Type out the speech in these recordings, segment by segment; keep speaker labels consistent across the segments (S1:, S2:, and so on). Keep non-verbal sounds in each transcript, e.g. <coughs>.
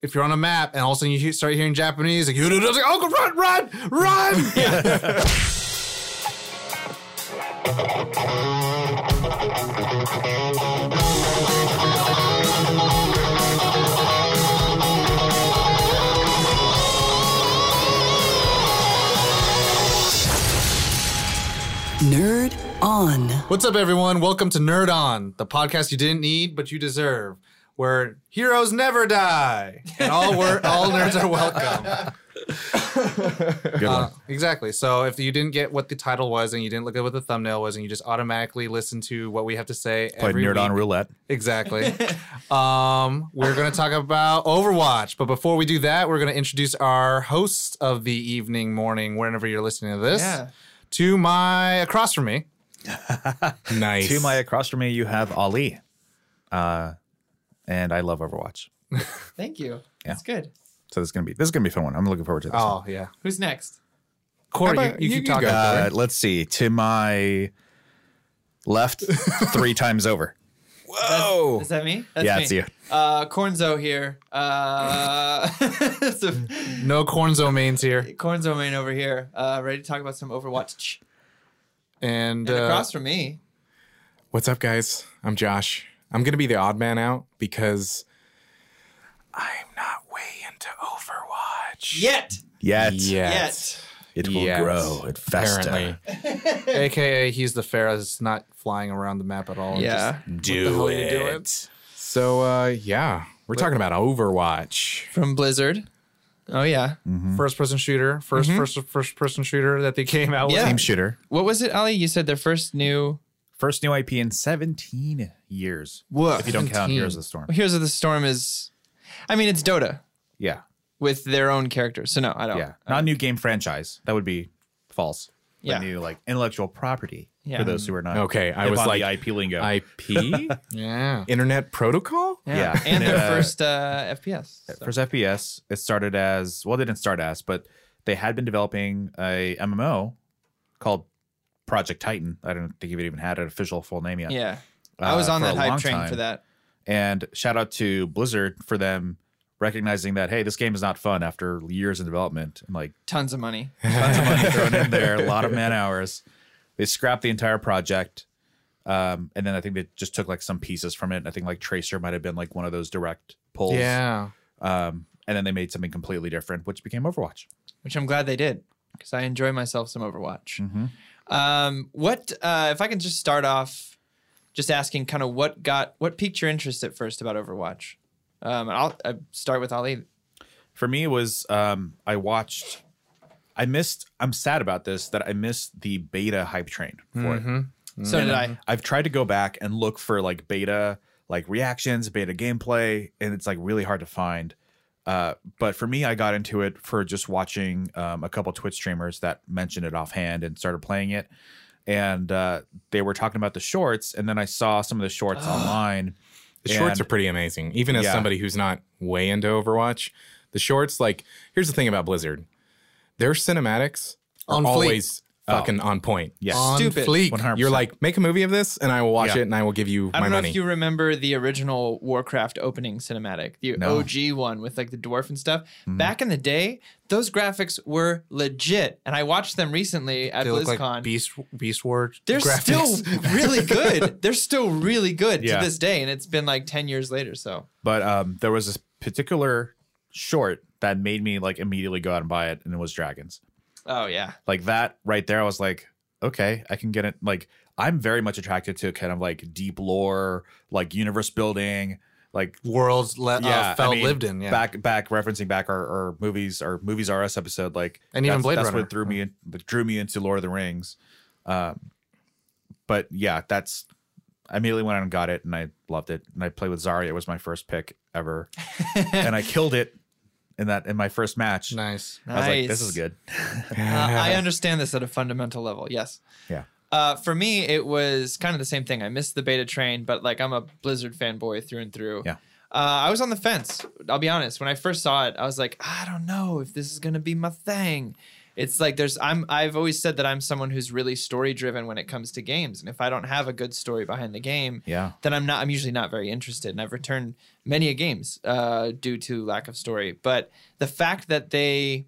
S1: if you're on a map and all of a sudden you hear- start hearing Japanese, like, "Yudu-du," it's like, oh, run, run, run.
S2: <laughs>
S3: Nerd on.
S1: What's up, everyone? Welcome to Nerd On, the podcast you didn't need but you deserve, where heroes never die and all we
S2: <laughs>
S1: all nerds are welcome.
S2: Good
S1: Uh,
S2: one.
S1: exactly. So if you didn't get what the title was and you didn't look at what the thumbnail was and you just automatically listen to what we have to say
S2: Played
S1: every
S2: Nerd On
S1: week-
S2: Roulette.
S4: <laughs>
S1: Exactly. um, we're going to talk about Overwatch, but before we do that, we're going to introduce our hosts of the evening, morning, whenever you're listening to this.
S4: Yeah.
S1: To my across from
S2: <laughs>
S1: me,
S4: Nice.
S2: To my across from me, you have Ali. Uh, and I love Overwatch.
S4: Thank you.
S2: Yeah.
S4: That's good.
S2: So this is gonna be this is gonna be a fun one. I'm looking forward to this. one.
S1: oh yeah,
S4: Who's next?
S1: Corey,
S2: How
S1: you,
S2: about-
S1: you, keep talking.
S2: go. Uh, let's see. To my left, three times over. Whoa.
S4: Is that me? That's
S2: Yeah,
S4: me.
S2: it's you.
S4: Uh, Cornzo here. Uh, <laughs> so,
S1: No cornzo mains here,
S4: Cornzo man over here. Uh, ready to talk about some Overwatch.
S1: and,
S4: And
S1: uh,
S4: across from me,
S5: What's up, guys? I'm Josh. I'm gonna be the odd man out because I'm not way into Overwatch.
S4: yet,
S2: Yet,
S4: yet.
S2: it will
S5: Yes.
S2: grow. It fester.
S5: Apparently,
S1: aka he's the Pharaoh's not flying around the map at all.
S4: Yeah.
S1: do it.
S5: so uh, yeah, we're talking about Overwatch.
S4: From Blizzard. Oh yeah.
S2: Mm. Mm-hmm.
S1: First person shooter, 1st
S4: Mm-hmm.
S1: first first person shooter that they came out
S4: Yeah.
S1: with.
S2: Team shooter.
S4: What was it, Ali? You said their first new
S2: First new IP in 17 years.
S1: Whoa,
S2: If you don't count
S1: 17.
S2: Heroes of the Storm.
S4: Heroes of the Storm is I mean it's Dota
S2: Yeah.
S4: with their own characters. So no, I don't.
S2: Yeah. Not a new game franchise. That would be false. But
S4: Yeah.
S2: new like intellectual property
S4: Yeah.
S2: for those who are not
S5: Okay, I
S2: hip
S5: was
S2: on
S5: like
S2: the IP lingo.
S5: IP,
S1: Yeah.
S5: <laughs> Internet Protocol.
S4: Yeah.
S2: Yeah.
S4: And their
S2: Yeah.
S4: first uh, FPS. so.
S2: First FPS, it started as well. They didn't start as, but they had been developing a MMO called Project Titan. I don't think it even had an official full name yet.
S4: Yeah. I was
S2: Uh,
S4: on
S2: for
S4: that
S2: a
S4: hype
S2: long
S4: train
S2: time.
S4: for that.
S2: And shout out to Blizzard for them recognizing that hey, this game is not fun after years in development and like
S4: Tons of money.
S2: tons of
S4: <laughs>
S2: money thrown in there, a lot of man hours. They scrapped the entire project. Um, and then I think they just took like some pieces from it. I think like Tracer might have been like one of those direct pulls.
S1: Yeah.
S2: Um, and then they made something completely different, which became Overwatch.
S4: which I'm glad they did because I enjoy myself some Overwatch.
S2: Mhm.
S4: Um, what uh, if I can just start off just asking kind of what got what piqued your interest at first about Overwatch? Um, and I'll, i start with Ali.
S2: for me was um, I watched. I missed. I'm sad about this that I missed the beta hype train for it.
S1: Mm.
S4: So did I.
S2: I've tried to go back and look for like beta like reactions, beta gameplay, and it's like really hard to find. Uh, but for me, I got into it for just watching um, a couple Twitch streamers that mentioned it offhand and started playing it. And uh, they were talking about the shorts, and then I saw some of the shorts online.
S5: The shorts
S2: And-
S5: are pretty amazing. Even as
S2: Yeah.
S5: somebody who's not way into Overwatch, the shorts, like, here's the thing about Blizzard their cinematics are
S1: On fleek.
S5: always
S4: Oh.
S5: fucking on point.
S2: Yes.
S1: On
S4: Stupid.
S1: fleek.
S2: 100%.
S5: You're like, make a movie of this, and I will watch
S2: Yeah.
S5: it, and I will give you
S4: I
S5: my
S4: don't know
S5: money.
S4: if you remember the original Warcraft opening cinematic, the
S2: No.
S4: OG one with like the dwarf and stuff. Back in the day, those graphics were legit, and I watched them recently at
S1: They
S4: BlizzCon.
S1: look like Beast Beast Wars.
S4: They're
S1: graphics.
S4: still <laughs> really good. They're still really good
S2: Yeah.
S4: to this day, and it's been like ten years later. So
S2: but um, there was this particular short that made me like immediately go out and buy it, and it was Dragons.
S4: Oh yeah.
S2: Like that right there, I was like, okay, I can get it. Like I'm very much attracted to kind of like deep lore, like universe building, like
S1: worlds le-
S2: yeah,
S1: uh, felt
S2: I mean,
S1: lived in. Yeah.
S2: back back referencing back our, our movies, our movies RS episode, like
S1: And even
S2: that's,
S1: Blade
S2: that's
S1: Runner.
S2: what threw me in, that drew me into Lord of the Rings. Um, but yeah, that's I immediately went out and got it, and I loved it, and I played with Zarya. It was my first pick
S1: <laughs>
S2: ever, and I killed it in that in my first match.
S1: nice.
S2: I was like,
S4: Nice.
S2: this is good.
S4: Uh,
S2: <laughs>
S4: I understand this at a fundamental level. Yes.
S2: Yeah.
S4: Uh, for me, it was kind of the same thing. I missed the beta train, but like I'm a Blizzard fanboy through and through.
S2: Yeah.
S4: Uh, I was on the fence. I'll be honest. When I first saw it, I was like, I don't know if this is gonna be my thing. it's like there's I'm I've always said that I'm someone who's really story driven when it comes to games, and if I don't have a good story behind the game,
S2: Yeah.
S4: then I'm not I'm usually not very interested, and I've returned many a games uh, due to lack of story. But the fact that they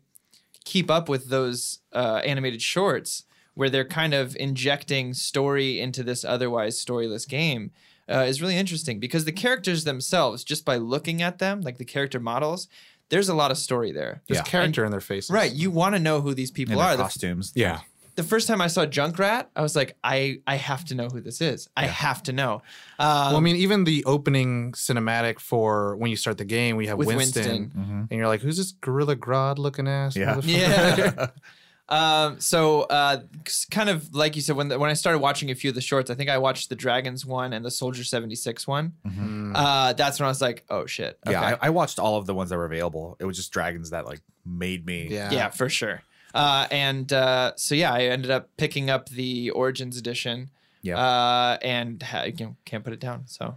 S4: keep up with those uh, animated shorts where they're kind of injecting story into this otherwise storyless game uh, is really interesting because the characters themselves, just by looking at them, like the character models, there's a lot of story there.
S1: There's
S2: Yeah.
S1: character in their faces.
S4: Right, you want to know who these people
S2: And
S4: are.
S2: their
S4: The-
S2: costumes.
S5: Yeah.
S4: the first time I saw Junkrat, I was like, I I have to know who this is. I have to
S2: <laughs>
S4: know. Um,
S1: Well, I mean, even the opening cinematic for when you start the game, we have
S4: With
S1: Winston,
S4: Winston.
S1: and you're like, "Who's this gorilla Grodd looking ass?"
S2: Mm-hmm. Yeah.
S1: motherfucker?"
S4: yeah. <laughs> um, so, uh, s- kind of like you said, when the, when I started watching a few of the shorts, I think I watched the Dragons one and the Soldier seventy six one.
S2: Mm-hmm.
S1: Hmm,
S4: Uh, that's when I was like, oh shit.
S2: Yeah,
S4: Okay.
S2: I, I watched all of the ones that were available. It was just dragons that like made me.
S1: yeah,
S4: yeah, for sure. Uh, and uh, so yeah, I ended up picking up the Origins edition.
S2: Yeah.
S4: Uh, and ha- you know, can't put it down. So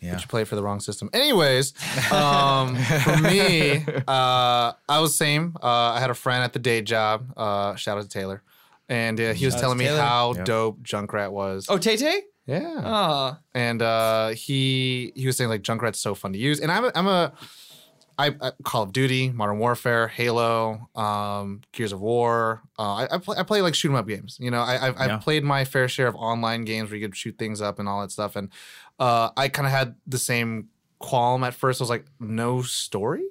S2: Yeah.
S1: But you play it for the wrong system. Anyways, um, for
S2: <laughs>
S1: me, uh, I was same. Uh, I had a friend at the day job. Uh, shout out to Taylor, and uh, he was
S4: Shout out
S1: telling
S4: to
S1: me
S4: Taylor.
S1: how
S2: Yeah.
S1: dope Junkrat was.
S4: oh, Tay Tay.
S1: yeah.
S4: Oh,
S1: and uh, he he was saying like Junkrat's so fun to use, and I'm a, I'm a I, I Call of Duty, Modern Warfare, Halo, um, Gears of War. Uh, I I play, I play like shoot 'em up games. You know, I I've,
S2: Yeah.
S1: I've played my fair share of online games where you could shoot things up and all that stuff, and uh, I kind of had the same qualm at first. I was like, no story.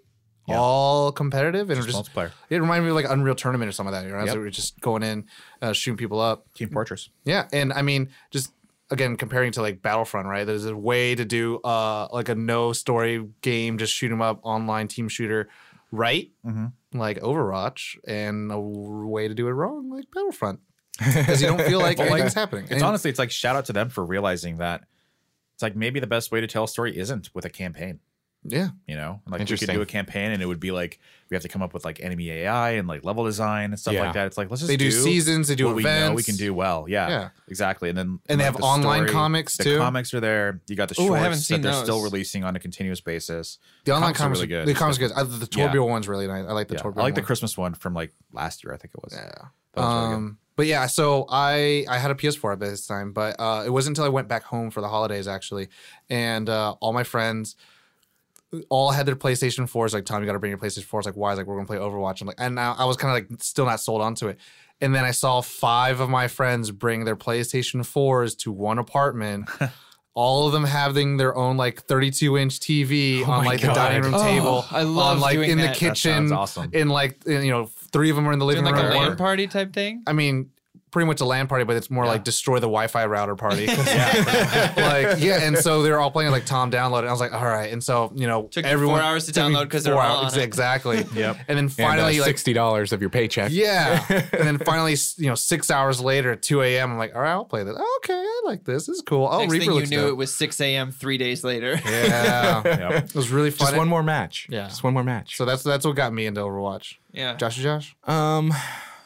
S2: Yeah.
S1: All competitive and
S2: Just,
S1: just,
S2: multiplayer.
S1: it reminded me of like Unreal Tournament or something like that. You know,
S2: Yep.
S1: so we were just going in, uh, shooting people up.
S2: Team Fortress.
S1: Yeah, and I mean, just again comparing to like Battlefront, right? There's a way to do uh like a no story game, just shoot 'em up online team shooter, right?
S2: Mhm.
S1: Like Overwatch, and a w- way to do it wrong, like Battlefront, because you don't feel like
S2: <laughs> But, like,
S1: anything's happening.
S2: It's honestly, it's like shout out to them for realizing that it's like maybe the best way to tell a story isn't with a campaign.
S1: yeah,
S2: You know, like we could
S5: Interesting.
S2: do a campaign and it would be like we have to come up with like enemy AI and like level design and stuff
S5: Yeah.
S2: like that. It's like let's just
S1: they do, seasons, they do
S2: what
S1: events.
S2: we know we can do well. Yeah,
S1: Yeah.
S2: exactly. And then
S1: And they have
S2: the
S1: online comics,
S2: the
S1: too.
S2: Comics are there. You got the
S4: Ooh, I
S2: shorts
S4: haven't seen
S2: that they're still
S4: those.
S2: releasing on a continuous basis.
S1: The online
S2: Comics are
S1: comics,
S2: really good.
S1: the comics are good. I, the
S2: Yeah.
S1: Torbjorn one's really nice. I like the
S2: Yeah. I
S1: Torbjorn.
S2: like the
S1: one.
S2: Christmas one from like last year. I think it was.
S1: Yeah.
S2: That was really good.
S1: Um, but yeah, so I I had a PS4 at this time, but uh, it wasn't until I went back home for the holidays actually, and uh, all my friends all had their PlayStation 4s. Like, Tom, you got to bring your PlayStation 4s. Like, why? It's like, we're gonna play Overwatch. And like, and I, I was kind of like still not sold onto it. And then I saw five of my friends bring their PlayStation 4s to one apartment. All of them having their own like 32 inch TV on
S5: my
S1: like the
S5: God.
S1: dining room
S4: Oh,
S1: table,
S4: I love
S1: on like
S4: doing
S1: in the
S4: that. That
S2: That sounds
S1: kitchen,
S2: awesome.
S1: in like you know three of them are in the living
S4: doing like a
S1: room.
S4: land party type thing.
S1: I mean, pretty much a LAN party, but it's more like destroy the Wi-Fi router party. <laughs> like <laughs> yeah, and so they're all playing like Tom download, and I was like, all right. And so you know,
S4: Took you
S1: everyone
S4: four hours to
S1: took me
S4: download 'cause
S1: four
S4: they're all on it. <laughs>
S1: exactly.
S2: Yep.
S1: And then finally,
S5: and, uh,
S1: like
S5: sixty dollars of your
S1: <laughs>
S5: paycheck.
S1: yeah, and then finally, s- you know, six hours later at two a.m., I'm like, all right, I'll play this. "Oh, okay, I like this. This is cool. Oh,
S4: Next
S1: Reaper
S4: thing you
S1: looks
S4: knew,
S1: dope.
S4: it was <laughs> six a.m. three days later.
S1: yeah,
S2: Yep.
S1: it was really fun.
S5: Just one more match.
S1: Yeah.
S5: Just one more match.
S1: So that's that's what got me into Overwatch.
S4: <laughs> yeah.
S1: Josh, Josh,
S5: Um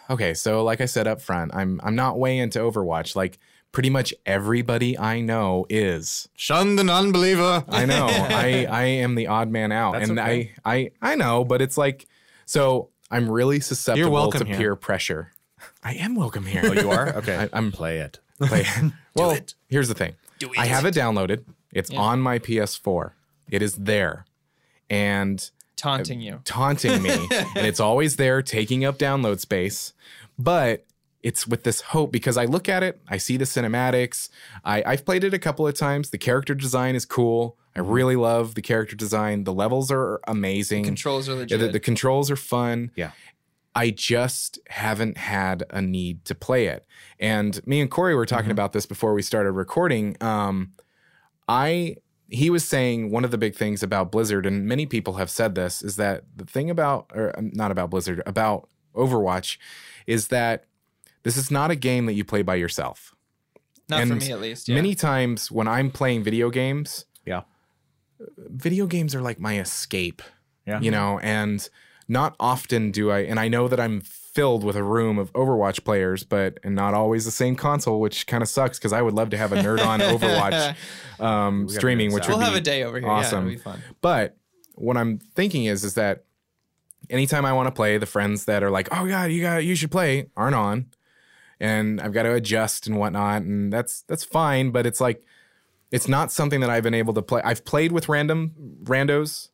S5: okay, so like I said up front, I'm I'm not way into Overwatch. Like pretty much everybody I know is.
S1: shun the non-believer. <laughs>
S5: I know. I I am the odd man out.
S2: That's
S5: and
S2: okay.
S5: I I I know, but it's like so I'm really susceptible
S1: welcome
S5: to
S1: here.
S5: peer pressure. I am welcome here.
S2: Oh, you
S5: <laughs>
S2: are okay.
S5: I, I'm
S1: <laughs>
S2: play it.
S5: Like, well,
S1: it.
S5: here's the thing. I have it downloaded. It's on my PS4. It is there and
S4: Taunting you.
S5: taunting me, and it's always there, taking up download space. But it's with this hope because I look at it, I see the cinematics. I, I've played it a couple of times. The character design is cool. I really love the character design. The levels are amazing.
S4: Controls are
S5: Yeah,
S4: legit.
S5: the, the controls are fun.
S2: Yeah.
S5: I just haven't had a need to play it. And me and Corey were talking about this before we started recording. Um, I he was saying one of the big things about Blizzard, and many people have said this, is that the thing about or um, not about Blizzard, about Overwatch, is that this is not a game that you play by yourself
S4: Not for
S5: and
S4: me, at least. Yeah.
S5: many times when I'm playing video games,
S2: Yeah.
S5: video games are like my escape.
S2: Yeah.
S5: You know, and not often do I and I know that I'm filled with a room of Overwatch players, but and not always the same console, which kind of sucks because I would love to have a nerd on Overwatch um,
S2: do
S5: streaming,
S2: this
S5: which
S2: out.
S5: would
S4: we'll
S5: be
S4: have a day over here.
S5: awesome.
S4: Yeah, it'll be fun.
S5: but what I'm thinking is, is that anytime I want to play, the friends that are like, "Oh God, you got you should play," aren't on, and I've got to adjust and whatnot, and that's that's fine. But it's like, it's not something that I've been able to play. I've played with random randos,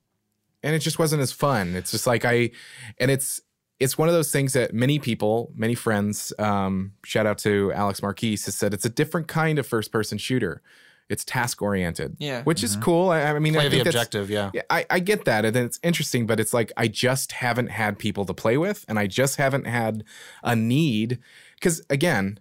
S5: and it just wasn't as fun. It's just like I, and it's it's one of those things that many people, many friends, um, shout out to Alex Marquise has said it's a different kind of first person shooter. It's task oriented,
S4: Yeah.
S5: which is cool. I, I mean,
S1: Play
S5: I
S1: the
S5: think that's-
S1: objective, yeah.
S5: yeah, I, I get that. And it's interesting, but it's like I just haven't had people to play with, and I just haven't had a need. Because again,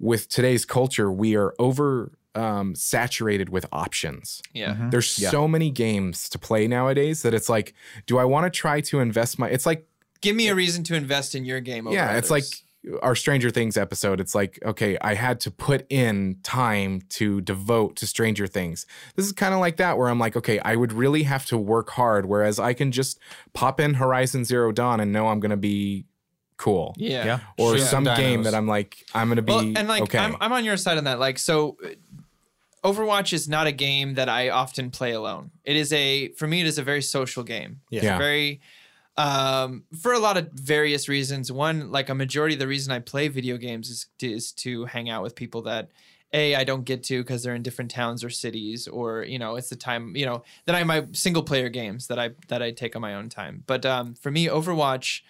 S5: with today's culture, we are over um, saturated with options.
S4: Mm-hmm. Yeah.
S5: There's
S2: Yeah.
S5: so many games to play nowadays that it's like, do I want to try to invest my? It's like,
S4: Give me a reason to invest in your game. Over
S5: yeah, it's like
S4: others.
S5: our Stranger Things episode. It's like, okay, I had to put in time to devote to Stranger Things. This is kind of like that, where I'm like, okay, I would really have to work hard, whereas I can just pop in Horizon Zero Dawn and know I'm gonna be cool,
S4: yeah.
S2: Yeah.
S5: or
S1: Shoot
S5: some
S1: some
S5: game
S1: dinos.
S5: that I'm like, I'm gonna be
S4: Well, and like
S5: okay.
S4: I'm, I'm on your side on that. Like so, uh, Overwatch is not a game that I often play alone. It is a for me it is a very social game. It's
S5: Yeah.
S4: very um for a lot of various reasons. One like a majority of the reason I play video games is is to hang out with people that a I don't get to because they're in different towns or cities or you know it's the time you know then I my single player games that I that I take on my own time. But um for me Overwatch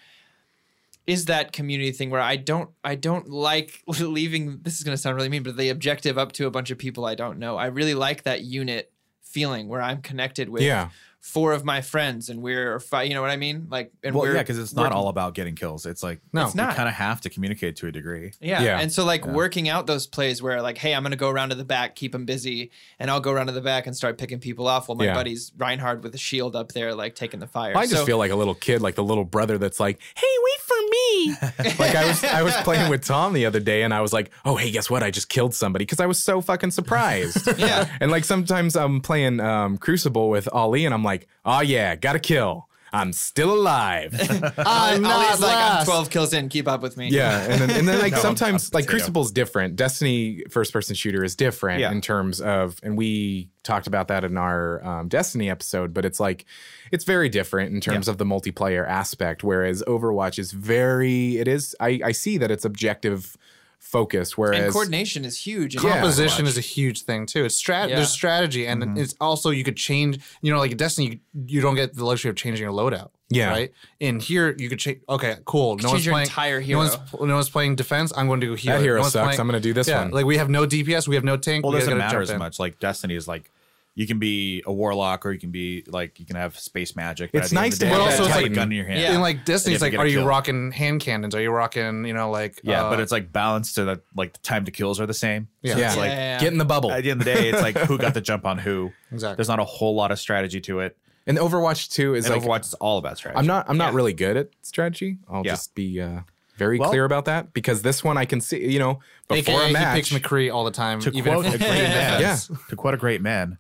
S4: is that community thing where I don't I don't like <laughs> leaving this is going to sound really mean but the objective up to a bunch of people I don't know. I really like that unit feeling where I'm connected with
S5: yeah,
S4: four of my friends and we're or five, you know what I mean? Like and
S2: Well,
S4: we're
S2: yeah, because it's not
S4: working-
S2: all about getting kills. It's like
S1: No.
S4: It's
S2: you
S4: not.
S2: kind of have to communicate to a degree.
S4: Yeah.
S5: Yeah.
S4: And so like working out those plays where like, hey, I'm gonna go around to the back, keep them busy, and I'll go around to the back and start picking people off while my
S5: Yeah.
S4: buddy's Reinhard with a shield up there, like taking the fire.
S5: I just
S4: So-
S5: feel like a little kid, like the little brother that's like, "Hey, wait for me!" <laughs> like I was, I was playing with Tom the other day, and I was like, "Oh, hey, guess what? I just killed somebody because I was so fucking surprised."
S4: Yeah.
S5: And like sometimes I'm playing um, Crucible with Ali, and I'm like, "Oh yeah, got to kill. I'm still alive."
S1: <laughs> I'm
S4: Ali's
S1: not
S4: like I'm
S1: last.
S4: 12 kills in, keep up with me.
S5: <laughs> yeah, and then, and then
S2: <laughs>
S5: like
S2: No, I'm-
S5: sometimes
S2: I'm
S5: like
S2: potato.
S5: Crucible's different. Destiny first person shooter is different
S2: Yeah.
S5: in terms of, and we talked about that in our um, Destiny episode, but it's like it's very different in terms of the multiplayer aspect. Whereas Overwatch is very, it is. I I see that it's objective focused.
S4: And
S5: Whereas
S4: coordination is huge. in
S5: Yeah.
S4: Overwatch.
S1: composition is a huge thing too. It's strat.
S4: Yeah.
S1: There's strategy, and
S5: Mm-hmm.
S1: it's also you could change. You know, like in Destiny, you, you don't get the luxury of changing your loadout.
S5: Yeah.
S1: Right. In here, you could change. Okay, cool. No one's
S4: change your
S1: playing
S4: entire
S1: No one's,
S4: hero.
S1: pl- no one's playing defense. I'm going to go healer.
S5: that hero
S1: no one's
S5: sucks.
S1: playing-
S5: I'm gonna do this
S1: yeah,
S5: one.
S1: Like we have no DPS. We have no tank.
S2: Well, it
S1: we
S2: doesn't
S1: gotta
S2: matter
S1: jump
S2: as
S1: in.
S2: much. Like Destiny is like you can be a warlock or you can be like you can have space magic. but
S5: It's
S2: at the end of
S5: nice
S2: the day,
S5: to
S1: have that
S2: you gotta have a
S5: Titan.
S2: gun in your hand.
S4: Yeah.
S1: In like Destiny,
S2: And
S1: it's
S2: if
S1: like,
S2: you get a
S1: are you
S2: kill.
S1: rocking hand cannons? Are you rocking? You know, like
S2: Yeah,
S1: uh,
S2: but it's like balanced to that like the time to kills are the same.
S1: Yeah.
S2: So
S5: yeah,
S2: it's like
S4: Yeah.
S5: get in the bubble.
S2: at the end of the day, it's like who got the jump on who.
S1: Exactly.
S2: There's not a whole lot of strategy to it.
S5: and Overwatch Two is
S2: And
S5: like
S2: Overwatch is all about strategy.
S5: I'm not. I'm not
S4: Yeah.
S5: really good at strategy. I'll
S2: Yeah.
S5: just be uh, very
S2: Well-
S5: clear about that because this one I can see. You know, before
S1: AKA,
S5: a match,
S1: he picks McCree all the time.
S2: to
S1: even <laughs>
S2: quote
S1: if
S2: a great man.
S5: Yeah.
S2: To quote a great man,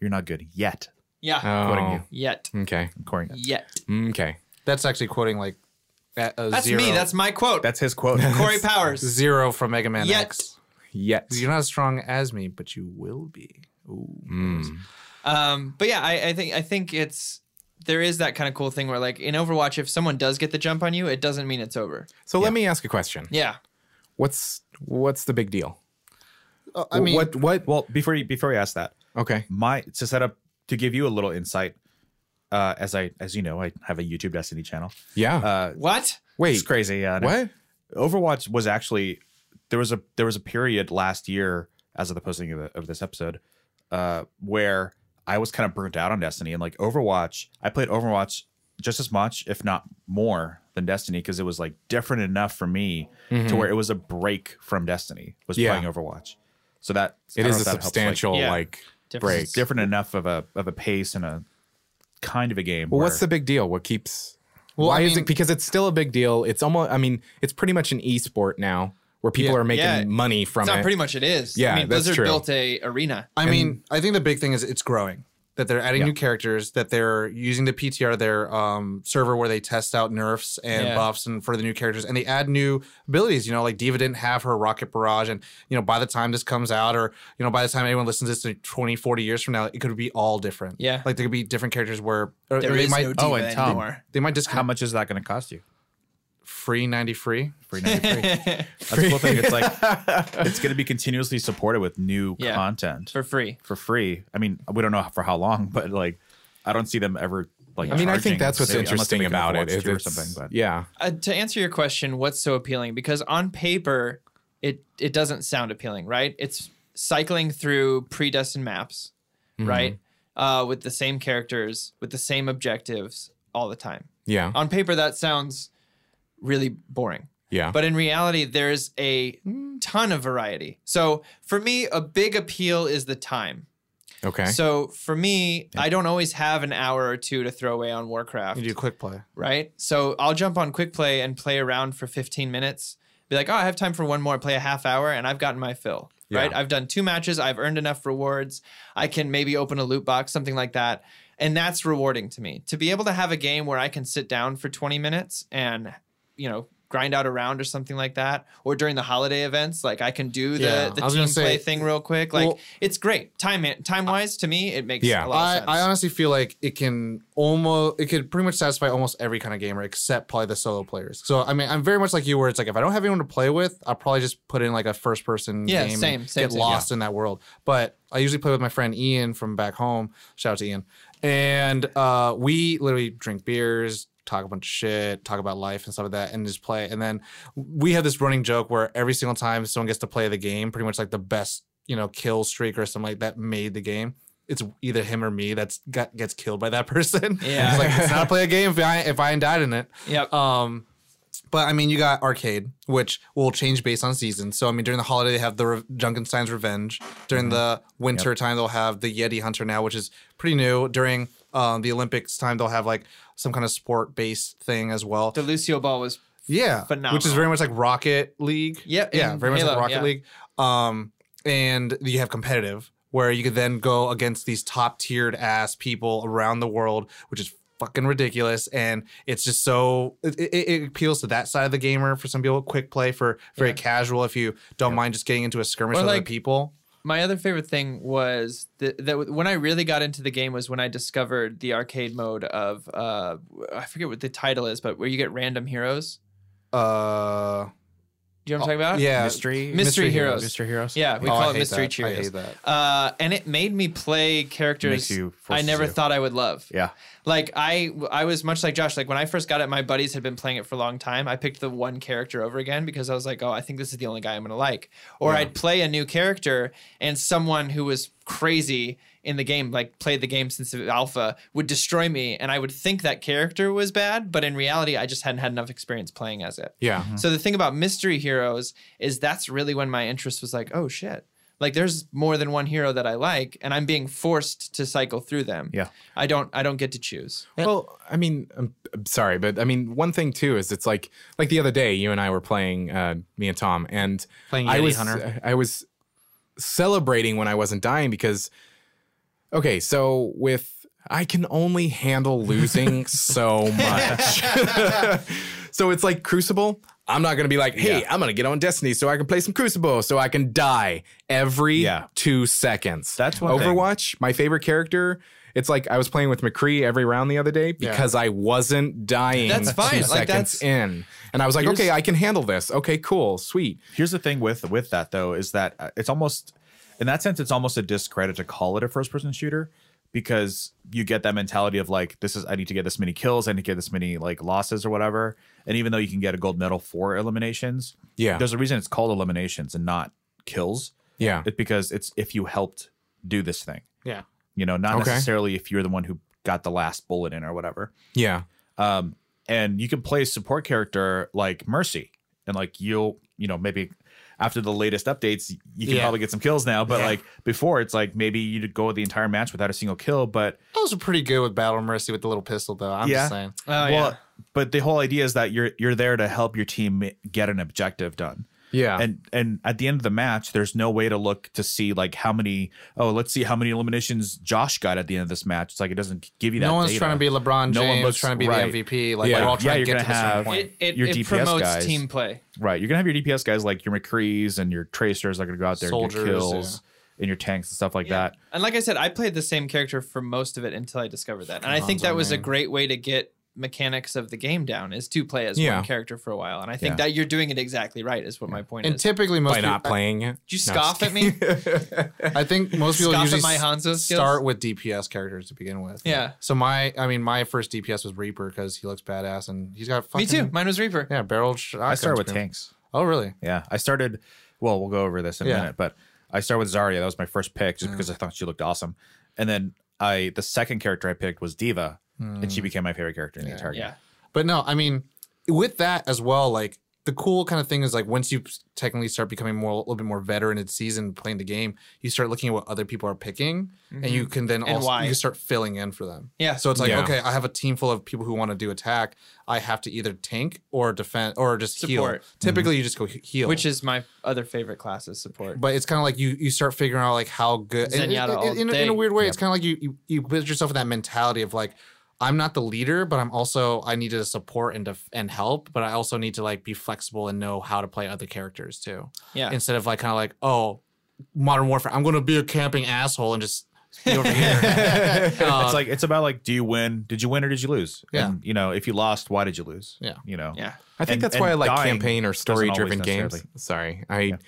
S2: you're not good yet.
S4: Yeah.
S5: Oh,
S4: Yet.
S5: okay,
S2: I'm quoting it.
S4: Yet.
S5: okay.
S1: that's actually quoting like a, a
S4: That's
S1: zero.
S4: me. That's my quote.
S2: That's his quote.
S4: Corey Powers.
S1: zero from Mega Man
S4: Yet.
S1: X.
S5: Yet,
S1: You're not as strong as me, but you will be. Ooh.
S4: Um, but yeah, I, I think I think it's there is that kind of cool thing where like in Overwatch, if someone does get the jump on you, it doesn't mean it's over.
S5: so let me ask a question.
S4: Yeah.
S5: What's what's the big deal?
S1: Uh, I mean,
S5: what what?
S2: well, before you before you ask that,
S5: Okay,
S2: my to set up to give you a little insight. Uh, as I as you know, I have a YouTube Destiny channel.
S5: yeah.
S2: Uh,
S4: What?
S5: Wait,
S2: it's crazy. Uh,
S5: what?
S2: Overwatch was actually there was a there was a period last year as of the posting of, the, of this episode uh, where I was kind of burnt out on Destiny and like Overwatch. I played Overwatch just as much, if not more, than Destiny because it was like different enough for me to where it was a break from Destiny. Was
S5: Mm-hmm. Yeah.
S2: playing Overwatch, so that I
S5: It
S2: don't
S5: is
S2: know
S5: a
S2: if that helps, like,
S5: substantial
S4: Yeah.
S5: like
S4: Difference.
S5: break.
S2: it's different enough of a of a pace and a kind of a game.
S5: Well,
S2: where-
S5: what's the big deal? What keeps?
S1: Well,
S5: why
S1: I
S5: is
S1: mean-
S5: it? Because it's still a big deal. It's almost. I mean, it's pretty much an e-sport now where people
S1: Yeah.
S5: are making
S4: Yeah.
S5: money from
S4: It's not
S5: it.
S4: pretty much it is.
S5: Yeah,
S4: I mean,
S5: that's
S4: Blizzard
S5: true.
S4: built a arena.
S1: I mean, I think the big thing is it's growing. that they're adding
S2: Yeah.
S1: new characters, that they're using the PTR their um, server where they test out nerfs and
S4: Yeah.
S1: buffs and for the new characters, and they add new abilities. You know, like Diva didn't have her rocket barrage, and you know by the time this comes out, or you know by the time anyone listens to this in 20, 40 years from now, it could be all different.
S4: Yeah.
S1: like there could be different characters where or
S4: There
S1: they
S4: is
S1: might
S4: no
S2: oh,
S4: diva
S2: and Tom.
S4: anymore.
S1: they might discount
S2: How much is that going to cost you?
S1: free ninety free.
S2: Free
S1: <laughs>
S2: 93. That's the cool thing. It's
S5: <laughs>
S2: like it's going to be continuously supported with new
S4: Yeah.
S2: content for,
S4: for free.
S2: free. I mean, we don't know for how long, but like, I don't see them ever like.
S5: I mean, I
S2: charging,
S5: think that's what's
S2: say, unless they
S5: interesting
S2: make an
S5: about it.
S2: Overwatch
S5: If
S2: 2 or
S5: it's,
S2: something, but
S5: Yeah,
S4: Uh, to answer your question, what's so appealing? Because on paper, it it doesn't sound appealing, right? It's cycling through predestined maps, right? Uh, with the same characters, with the same objectives all the time.
S5: yeah,
S4: On paper, that sounds really boring.
S5: yeah.
S4: But in reality, there's a ton of variety. So for me, a big appeal is the time.
S5: okay.
S4: So for me, I don't always have an hour or two to throw away on Warcraft
S1: You do quick play.
S4: right? So I'll jump on quick play and play around for 15 minutes. Be like, oh, I have time for one more, play a half hour, and I've gotten my fill, right? I've done two matches, I've earned enough rewards. I can maybe open a loot box, something like that. And that's rewarding to me. To be able to have a game where I can sit down for 20 minutes and, you know, grind out a round or something like that, or during the holiday events, like I can do the,
S1: Yeah,
S4: the
S1: I was
S4: team
S1: gonna say-
S4: play thing real quick. Like
S1: Well-
S4: it's great. Time time wise, to me, it makes
S5: Yeah.
S4: a lot
S1: I,
S4: of sense.
S1: I honestly feel like it can almost it could pretty much satisfy almost every kind of gamer except probably the solo players. So I mean I'm very much like you where it's like if I don't have anyone to play with, I'll probably just put in like a first person
S4: Yeah,
S1: game
S4: same,
S1: and
S4: same,
S1: get
S4: same,
S1: lost in that world. But I usually play with my friend Ian from back home. Shout out to Ian. And uh, we literally drink beers, talk a bunch of shit, talk about life and stuff like that, and just play. And then we have this running joke where every single time someone gets to play the game, pretty much like the best, you know, kill streak or something like that made the game. It's either him or me that's got gets killed by that <laughs> person.
S4: Yeah.
S1: it's like it's not play a game if I if I ain't died in it.
S4: yep.
S1: Um, but I mean, you got arcade, which will change based on season. So I mean, during the holiday they have the Re- Junkenstein's Revenge. During
S4: Mm-hmm.
S1: the winter time they'll have the Yeti Hunter now, which is pretty new. During um, the Olympics time they'll have like some kind of sport based thing as well.
S4: the Lucio ball was
S1: Yeah, which is
S4: Phenomenal.
S1: very much like Rocket League.
S4: Yep,
S1: yeah,
S4: and
S1: very much like
S4: Halo,
S1: Rocket
S4: yeah.
S1: League. Um, and you have competitive, where you could then go against these top tiered ass people around the world, which is fucking ridiculous. And it's just so it, it, it appeals to that side of the gamer for some people. Quick play for very
S4: Yeah.
S1: casual if you don't mind just getting into a skirmish
S4: Or
S1: with other
S4: like-
S1: people.
S4: my other favorite thing was that, that when I really got into the game was when I discovered the arcade mode of uh, I forget what the title is, but where you get random heroes.
S1: Uh,
S4: Do you know what I'm talking about?
S1: yeah,
S2: mystery,
S4: Mystery Heroes.
S2: mystery heroes.
S4: yeah. We
S1: Oh, I
S4: call it
S1: hate
S4: mystery
S1: that. I hate
S4: Cheerios.
S1: that.
S4: Uh, and it made me play characters
S2: Makes you-
S4: I
S2: forces
S4: never
S2: you.
S4: thought I would love.
S2: yeah.
S4: Like I, I was much like Josh. Like when I first got it, my buddies had been playing it for a long time. I picked the one character over again because I was like, oh, I think this is the only guy I'm gonna like. Or I'd play a new character and someone who was crazy in the game, like played the game since the alpha, would destroy me, and I would think that character was bad, but in reality, I just hadn't had enough experience playing as it.
S5: yeah.
S4: So the thing about mystery heroes is that's really when my interest was like, oh shit. Like there's more than one hero that I like, and I'm being forced to cycle through them.
S2: Yeah.
S4: I don't I don't get to choose.
S5: Well, I mean, I'm, I'm sorry, but I mean, one thing too is it's like like the other day, you and I were playing, uh, me and Tom, and
S1: Playing
S5: I
S1: Yeti
S5: was
S1: Hunter.
S5: I was celebrating when I wasn't dying because, okay, so with I can only
S1: <laughs>
S5: handle losing so much, <laughs> so it's like Crucible. I'm not gonna be like, hey, I'm gonna get on Destiny so I can play some Crucible so I can die every
S2: Yeah.
S5: two seconds.
S2: That's one thing.
S5: Overwatch, my favorite character. It's like I was playing with McCree every round the other day because I wasn't dying
S4: That's fine.
S5: two
S4: Like,
S5: seconds
S4: that's-
S5: in. And I was like,
S2: Here's-
S5: okay, I can handle this. Okay, cool, sweet.
S2: Here's the thing with with that though is that uh, it's almost in that sense it's almost a discredit to call it a first person shooter because you get that mentality of like this is I need to get this many kills, I need to get this many like losses or whatever. And even though you can get a gold medal for eliminations,
S5: Yeah.
S2: there's a reason it's called eliminations and not kills.
S5: Yeah.
S2: It's because it's if you helped do this thing,
S1: Yeah,
S2: you know, not
S5: Okay.
S2: necessarily if you're the one who got the last bullet in or whatever.
S5: Yeah.
S2: Um, and you can play a support character like Mercy, and like you'll, you know, maybe after the latest updates, you can
S1: Yeah.
S2: probably get some kills now. But
S1: Yeah.
S2: like before, it's like maybe you'd go the entire match without a single kill. But
S1: I was pretty good with Battle Mercy with the little pistol though. I'm
S2: Yeah.
S1: just saying.
S4: Oh
S2: well, but the whole idea is that you're you're there to help your team get an objective done.
S5: Yeah.
S2: and and at the end of the match there's no way to look to see like how many oh let's see how many eliminations josh got at the end of this match it's like it doesn't give you that
S1: No one's
S2: data.
S1: trying to be LeBron James.
S2: No one looks-
S1: trying to be
S2: right.
S1: the MVP. Like
S5: Yeah.
S1: we're all
S2: Yeah,
S1: trying
S2: you're
S1: to get to
S2: gonna
S1: the certain
S2: have-
S1: point.
S4: It it,
S2: Your
S4: it
S2: DPS
S4: promotes
S2: guys.
S4: team play.
S2: right you're gonna have your dps guys like your mccrees and your tracers that are gonna go out there and
S1: Soldiers,
S2: get kills and your tanks and stuff like that
S4: And like I said, I played the same character for most of it until I discovered that. And I think that was a great way to get mechanics of the game down is to play as
S5: Yeah.
S4: one character for a while. And I think
S2: Yeah.
S4: that you're doing it exactly right is what my point
S1: And
S4: is.
S1: typically, most
S5: by not
S1: people,
S5: playing it.
S4: Did you
S5: No,
S4: scoff
S5: just
S4: at me?
S5: kidding.
S1: I think most people
S4: Scoff at
S1: usually
S4: my
S1: s-
S4: Hanzo skills?
S1: start with DPS characters to begin with.
S4: Yeah.
S1: So my, I mean, my first DPS was Reaper because he looks badass and he's got fucking,
S4: <laughs> Me
S1: <laughs>
S4: too. Mine was Reaper.
S1: Yeah, barrel shotgun.
S2: i started with
S1: scream.
S2: tanks
S1: Oh, really?
S2: yeah i started well we'll go over this in a
S1: Yeah.
S2: minute but i started with zarya that was my first pick
S5: Mm.
S2: just because i thought she looked awesome and then i the second character i picked was diva and
S5: Mm.
S2: she became my favorite character in the entire game
S4: Yeah.
S1: But no, I mean, with that as well, like the cool kind of thing is like once you technically start becoming more a little bit more veteran in season playing the game, you start looking at what other people are picking, and you can then
S4: Mm-hmm. And
S1: also
S4: why.
S1: you start filling in for them.
S4: Yeah.
S1: So it's like
S5: Yeah.
S1: okay, I have a team full of people who want to do attack. I have to either tank or defend or just
S4: Support.
S1: heal. Typically, you just go he- heal,
S4: Which is my other favorite class is support.
S1: but it's kind of like you you start figuring out like how good and it-
S4: Zenyatta
S1: it-
S4: all
S1: in, a- in
S4: day.
S1: a weird way it's kind of like you, you you put yourself in that mentality of like I'm not the leader but I'm also I need to support and def- and help but I also need to like be flexible and know how to play other characters too
S4: yeah.
S1: instead of like kind of like oh modern warfare I'm going to be a camping asshole and just be over here
S2: it's like it's about like do you win did you win or did you lose
S1: Yeah.
S2: and, you know if you lost why did you lose
S1: Yeah.
S2: you know
S4: Yeah.
S5: I
S2: And-
S5: think that's why I
S2: and
S5: like
S2: dying
S5: campaign or
S2: doesn't
S5: story
S2: always
S5: driven games.
S2: necessarily-
S5: Sorry. I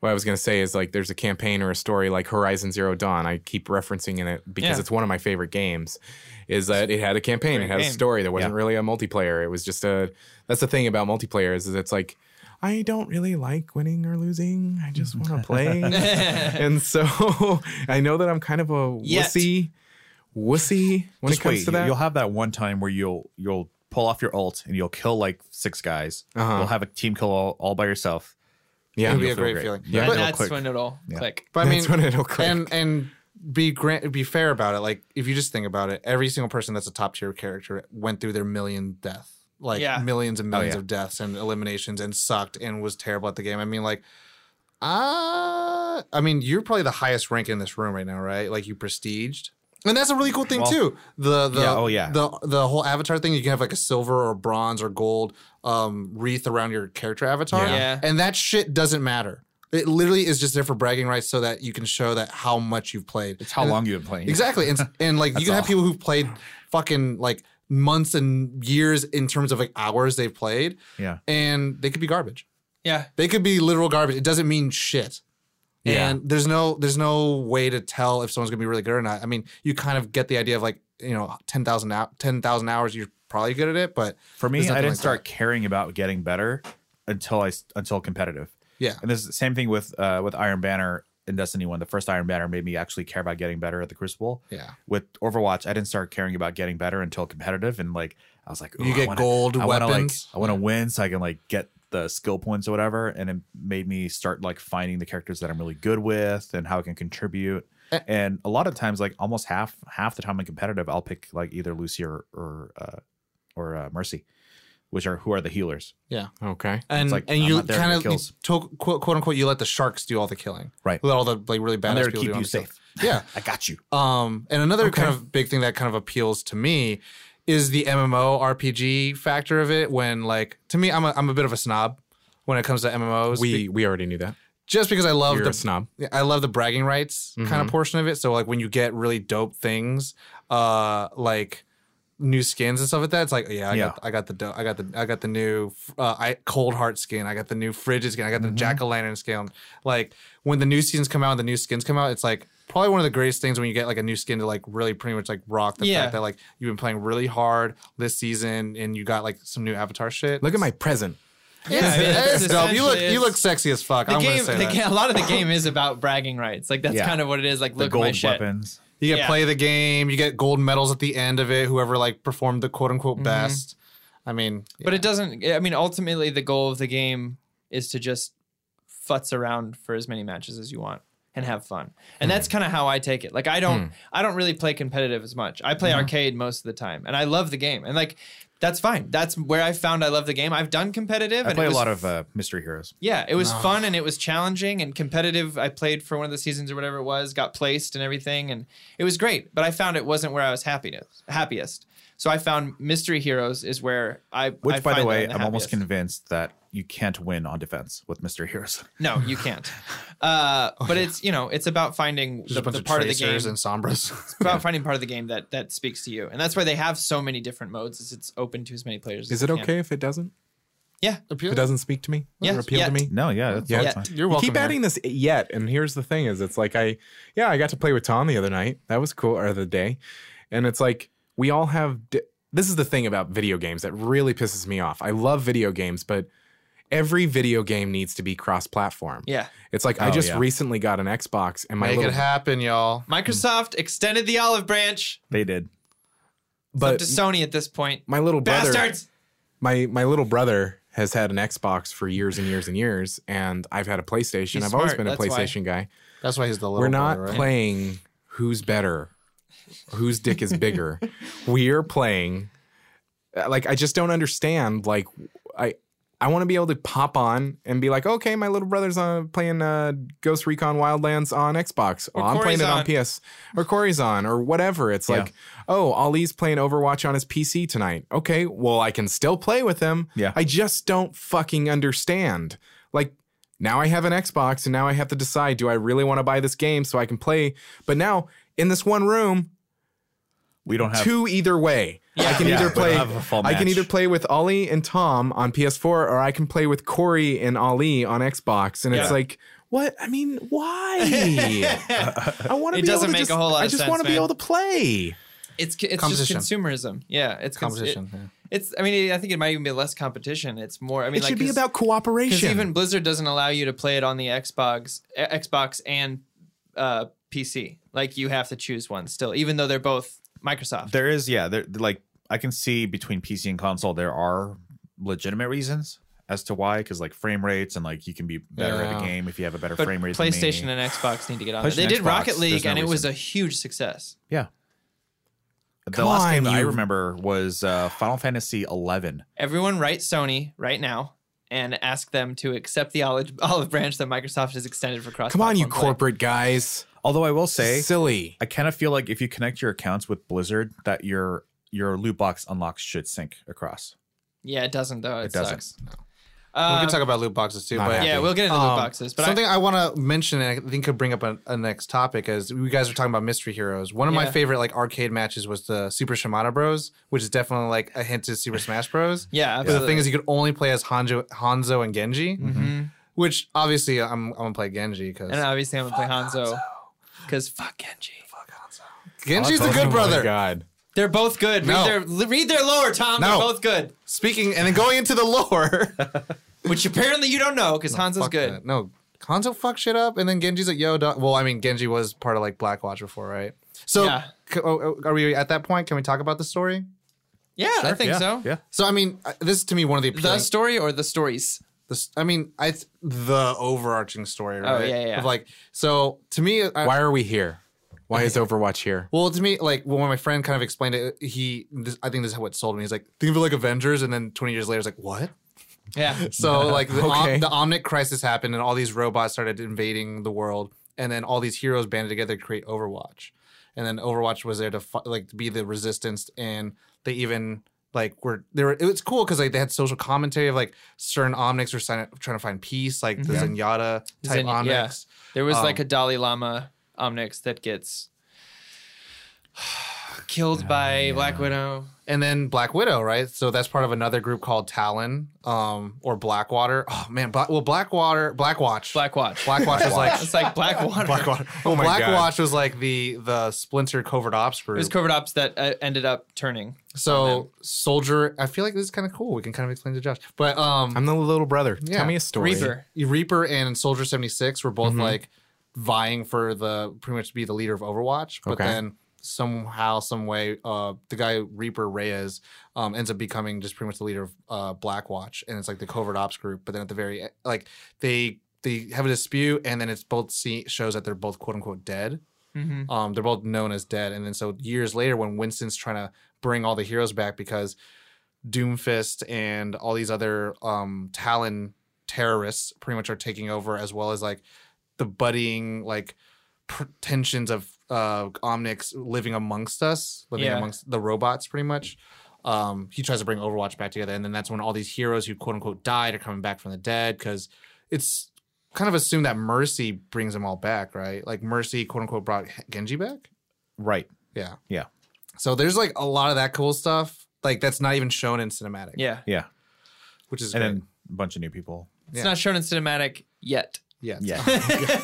S5: what I was going to say is like there's a campaign or a story like Horizon Zero Dawn. I keep referencing in it because
S4: Yeah.
S5: it's one of my favorite games is that it had a campaign,
S4: Great
S5: it had
S4: game.
S5: a story. There wasn't
S2: Yeah.
S5: really a multiplayer. It was just a that's the thing about multiplayer is, is it's like I don't really like winning or losing. I just
S2: <laughs>
S5: want to play. and so <laughs> I know that I'm kind of a
S4: Yet.
S5: wussy wussy when
S2: Just
S5: it comes
S2: wait,
S5: to that.
S2: you'll have that one time where you'll you'll pull off your ult and you'll kill like six guys
S5: Uh-huh.
S2: you'll have a team kill all, all by yourself
S5: yeah.
S1: it would be
S2: you'll
S1: a
S2: feel
S1: great
S2: great.
S1: feeling
S2: Yeah.
S4: And
S1: But-
S4: that's
S2: click.
S4: when it'll
S2: Yeah.
S4: click.
S1: But I mean,
S5: That's when it'll click.
S1: And and be grant be fair about it. Like if you just think about it, every single person that's a top tier character went through their million death, like
S4: Yeah.
S1: millions and
S2: Oh,
S1: millions
S2: yeah.
S1: of deaths and eliminations, and sucked and was terrible at the game. I mean, like, uh, I mean, you're probably the highest rank in this room right now, right? Like you prestiged. And that's a really cool thing
S2: Well,
S1: too. The the
S2: yeah, oh, yeah.
S1: the the whole avatar thing. You can have like a silver or bronze or gold um, wreath around your character avatar,
S4: Yeah. Yeah.
S1: and that shit doesn't matter. It literally is just there for bragging rights, so that you can show that how much you've played.
S2: it's how long you've been playing
S1: Exactly,
S2: <laughs>
S1: and and like you can have people who've played fucking like months and years in terms of like hours they've played,
S2: yeah
S1: and they could be garbage.
S4: Yeah.
S1: They could be literal garbage. It doesn't mean shit.
S5: Yeah.
S1: And there's no there's no way to tell if someone's gonna be really good or not. I mean, you kind of get the idea of like you know 10,000 hou- 10,000 hours. You're probably good at it, but
S2: for me
S1: There's
S2: i
S1: nothing
S2: didn't
S1: like
S2: start caring about getting better until i s- until competitive
S1: yeah,
S2: and this is the same thing with uh with iron banner in destiny 1 the first iron banner made me actually care about getting better at the crucible
S1: yeah.
S2: with overwatch i didn't start caring about getting better until competitive and like i was like "Ooh,
S1: You
S2: I
S1: get
S2: wanna-
S1: gold
S2: I wanna,
S1: weapons.
S2: like, I want to win so I can like get the skill points or whatever, and it made me start like finding the characters that I'm really good with and how I can contribute.
S1: Eh.
S2: And a lot of times, like almost half half the time in competitive, I'll pick like either Lucy or or uh, or uh, Mercy, which are who are the healers,
S5: okay.
S1: and
S2: like,
S1: and
S2: I'm
S1: you
S2: not there for
S1: kind
S2: the
S1: of
S2: kills.
S1: quote, quote unquote you let the sharks do all the killing,
S2: right?
S1: let all the like really
S2: I'm
S1: badass
S2: there to
S1: people do
S2: keep
S1: all
S2: you
S1: the killing.
S2: safe.
S1: <laughs> Yeah.
S2: I got you.
S1: Um, and another
S5: Okay.
S1: kind of big thing that kind of appeals to me is the MMO RPG factor of it. When like to me, I'm a, I'm a bit of a snob when it comes to MMOs.
S5: We
S1: be-
S5: we already knew that.
S1: just because I love
S5: You're
S1: the
S5: a snob.
S1: Yeah, I love the bragging rights kind of portion of it. So like when you get really dope things, uh, like new skins and stuff like that, it's like yeah, I
S2: Yeah.
S1: got I got the dope, I got the I got the new uh, I cold heart skin, I got the new fridge skin, I got the jack o' lantern skin. Like when the new seasons come out, and the new skins come out, it's like probably one of the greatest things when you get like a new skin to like really pretty much like rock the
S4: Yeah.
S1: fact that like you've been playing really hard this season and you got like some new avatar shit.
S5: Look at my present.
S1: yeah,
S4: I mean,
S1: it's
S4: that's
S1: dope. You look
S4: essentially-
S1: you look sexy as fuck.
S4: The
S1: I'm
S4: game,
S1: gonna say
S4: the
S1: that.
S4: game, a lot
S2: <laughs>
S4: of the game is about bragging rights. Like that's
S2: Yeah.
S4: kind of what it is. Like
S2: The
S4: look at my
S2: gold
S4: shit.
S2: weapons.
S1: You get
S4: Yeah.
S1: play the game. You get gold medals at the end of it. Whoever like performed the quote unquote best. I mean,
S4: Mm-hmm. But it doesn't. I mean, ultimately, the goal of the game is to just futz around for as many matches as you want and have fun. And that's
S2: Hmm.
S4: kind of how I take it. Like
S2: Hmm.
S4: I don't, I don't really play competitive as much. I play arcade most of the time, and I love the game. And like that's fine. That's where I found I love the game. I've done competitive.
S2: I
S4: and
S2: play
S4: it
S2: a
S4: was
S2: lot of uh, mystery heroes.
S4: Yeah, it was fun and it was challenging and competitive. I played for one of the seasons or whatever it was, got placed and everything, and it was great. But I found it wasn't where I was happiness, happiest. So I found Mystery Heroes is where I.
S2: Which,
S4: I
S2: by the
S4: find
S2: way,
S4: I'm
S2: I'm
S4: the
S2: almost
S4: happiest.
S2: convinced that you can't win on defense with mystery heroes. <laughs>
S4: No, you can't. Uh, but it's you know it's about finding
S1: Just
S4: the,
S1: a bunch
S4: the
S1: of
S4: part of the game.
S1: tracers and sombras.
S4: <laughs> it's about finding part of the game that that speaks to you, and that's why they have so many different modes. Is it's open to as many players. as
S5: Is it
S4: they can.
S5: okay if it doesn't?
S4: Yeah,
S5: If it doesn't speak to me?
S4: Yeah,
S5: Or appeal
S4: yeah.
S5: to me?
S2: no, yeah, that's,
S5: Yeah.
S2: that's
S4: Yeah.
S2: fine.
S1: You're
S5: You
S1: welcome.
S5: keep adding this yet, and here's the thing: is it's like I, yeah, I got to play with Tom the other night. That was cool, or the day, and it's like we all have. Di- this is the thing about video games that really pisses me off. I love video games, but every video game needs to be cross-platform.
S4: yeah.
S5: It's like I
S2: Oh,
S5: just
S2: yeah.
S5: recently got an Xbox, and my
S1: Make
S5: little,
S1: it happen, y'all.
S4: Microsoft extended the olive branch.
S2: They did.
S4: It's up
S5: but
S4: to Sony at this point.
S5: my little brother,
S4: Bastards.
S5: my my little brother has had an Xbox for years and years and years, and I've had a PlayStation.
S4: He's
S5: I've always
S4: smart,
S5: been a
S4: that's why.
S5: PlayStation guy.
S1: That's why he's the little.
S5: We're not
S1: brother, right?
S5: playing who's better, whose dick is bigger.
S4: <laughs>
S5: We're playing uh, like I just don't understand. Like I I want to be able to pop on and be like, okay, my little brother's uh, playing uh, Ghost Recon Wildlands on Xbox.
S4: Or
S5: Oh, I'm playing
S4: Corey's
S5: it on
S4: on.
S5: PS or Corey's on or whatever. It's
S2: Yeah.
S5: like, oh, Ali's playing Overwatch on his PC tonight. Okay, well I can still play with him.
S2: Yeah.
S5: I just don't fucking understand. Like now I have an Xbox and now I have to decide do I really want to buy this game so I can play? But now in this one room,
S2: We don't have
S5: two either way. I can
S2: Yeah,
S5: either
S2: we don't
S5: play
S2: have a full
S5: I can
S2: match.
S5: either play with Ollie and Tom on PS4 or I can play with Corey and Ali on Xbox. And it's
S4: Yeah.
S5: like what? I mean,
S4: <laughs>
S5: why? I want to
S4: It
S5: be
S4: doesn't
S5: able to
S4: make
S5: just,
S4: a whole lot
S5: I
S4: of
S5: just
S4: sense,
S5: want to be
S4: man.
S5: able to play.
S4: It's it's just
S1: Competition.
S4: consumerism. Yeah, it's cons- it-
S1: Competition. yeah.
S4: It's. I mean, I think it might even be less competition. It's more. I mean,
S5: it
S4: like,
S5: should be
S4: 'cause-
S5: about
S4: because
S5: cooperation.
S4: even Blizzard doesn't allow you to play it on the Xbox, e- Xbox and uh, PC. Like you have to choose one still, even though they're both Microsoft.
S2: There is, yeah. There, like I can see between PC and console, there are legitimate reasons as to why, because like frame rates and like you can be better at
S1: Yeah.
S2: the game if you have a better
S4: but
S2: frame rate. than
S4: PlayStation
S2: me.
S4: and Xbox need to get on. There.
S2: PlayStation
S4: They
S2: and
S4: did
S2: Xbox,
S4: Rocket League,
S2: there's no
S4: and it was
S2: reason.
S4: a huge success.
S2: yeah. The
S5: Come
S2: last game
S5: on,
S2: that I
S5: you-
S2: remember was uh, Final Fantasy Eleven.
S4: Everyone, write Sony right now and ask them to accept the olive, <laughs> olive branch that Microsoft has extended for cross.
S5: Come on, you corporate guys.
S2: Although I will say,
S5: Silly.
S2: I kind of feel like if you connect your accounts with Blizzard, that your your loot box unlocks should sync across.
S4: Yeah, it doesn't though. It,
S2: It doesn't.
S4: sucks.
S1: we
S4: Um,
S1: can talk about loot boxes too,
S5: Not
S1: but
S5: happening.
S4: yeah, we'll get into
S1: Um,
S4: loot boxes. But I-
S1: something I, want to mention, and I think could bring up a, a next topic, is you guys were talking about mystery heroes. One of
S4: Yeah.
S1: my favorite like arcade matches was the Super Shimano Bros, which is definitely like a hint to Super Smash Bros. But
S4: yeah,
S1: the
S4: absolutely.
S1: thing is, you could only play as Hanzo, Hanzo and Genji, which obviously I'm, I'm gonna play Genji because
S4: And uh, obviously, I'm gonna play Hanzo because fuck Genji.
S1: Genji's the
S5: Oh
S1: good
S5: my
S1: brother.
S5: God.
S4: They're both good.
S1: No.
S4: Read, their, read their lore, Tom. They're
S1: No.
S4: both good.
S1: Speaking and then going into the
S4: <laughs>
S1: lore,
S4: Which apparently you don't know because Hanzo's
S1: Fuck
S4: good.
S1: that. No, Hanzo fucked shit up, and then Genji's like, "Yo, doc. well, I mean, Genji was part of like Blackwatch before, right? So,
S4: Yeah.
S1: c- oh, oh, are we at that point? Can we talk about the story?
S4: Yeah, I think
S2: yeah,
S4: so.
S2: Yeah.
S1: So, I mean, I- this is to me one of the
S4: The
S1: appealing,
S4: story or the stories?
S1: the s- I mean, I th- the overarching story, right?
S4: Oh, yeah, yeah.
S1: Of like, so to me, I,
S5: Why are we here? Why is Overwatch here?
S1: Well, to me, like when my friend kind of explained it, he this, I think this is what sold me. He's like, think of it like Avengers, and then 20 years later, it's like, what?
S4: Yeah.
S1: So like the,
S5: Okay.
S1: om- the Omnic crisis happened, and all these robots started invading the world, and then all these heroes banded together to create Overwatch, and then Overwatch was there to fi- like to be the resistance, and they even like were they were it was cool because like they had social commentary of like certain Omnics were sign- trying to find peace, like the Zenyatta type
S4: Mm-hmm. Zen-
S1: Omnics.
S4: yeah. There was
S1: Um,
S4: like a Dalai Lama Omnix that gets <sighs> killed by Black Widow.
S1: and then Black Widow, right? So that's part of another group called Talon, um, or Blackwater. Oh man, Black, well Blackwater, Blackwatch,
S4: Black Watch.
S1: Blackwatch was
S5: <laughs>
S1: like
S4: <laughs> it's like Black Water.
S1: <laughs> Blackwater.
S5: Oh my God.
S1: Blackwatch was like the the Splinter covert ops
S4: It
S1: group.
S4: was covert ops that uh, ended up turning.
S1: so Soldier, I feel like this is kind of cool. We can kind of explain to Josh, but um,
S5: I'm the little brother.
S1: Yeah.
S5: Tell me a story.
S4: Reaper.
S1: Reaper and Soldier 76 were both like vying for the pretty much to be the leader of Overwatch. But
S5: Okay.
S1: then somehow, some way, uh, the guy Reaper Reyes um, ends up becoming just pretty much the leader of uh, Blackwatch, and it's like the covert ops group. But then at the very e- like they they have a dispute, and then it's both see- shows that they're both quote unquote dead.
S4: Mhm.
S1: Um, they're both known as dead, and then so years later, when Winston's trying to bring all the heroes back because Doomfist and all these other um, Talon terrorists pretty much are taking over, as well as like the budding like pr- tensions of uh, Omnix living amongst us, living
S4: Yeah.
S1: amongst the robots, pretty much. Um, he tries to bring Overwatch back together, and then that's when all these heroes who quote unquote died are coming back from the dead because it's kind of assumed that Mercy brings them all back, right? Like Mercy quote unquote brought Genji back.
S2: Right.
S1: Yeah.
S2: Yeah.
S1: So there's like a lot of that cool stuff. Like that's not even shown in cinematic.
S4: Yeah.
S2: Yeah.
S1: Which is
S2: And
S1: great.
S2: then a bunch of new people.
S4: It's
S1: Yeah.
S4: not shown in cinematic yet.
S1: yeah.
S2: Yeah. <laughs>
S4: <laughs>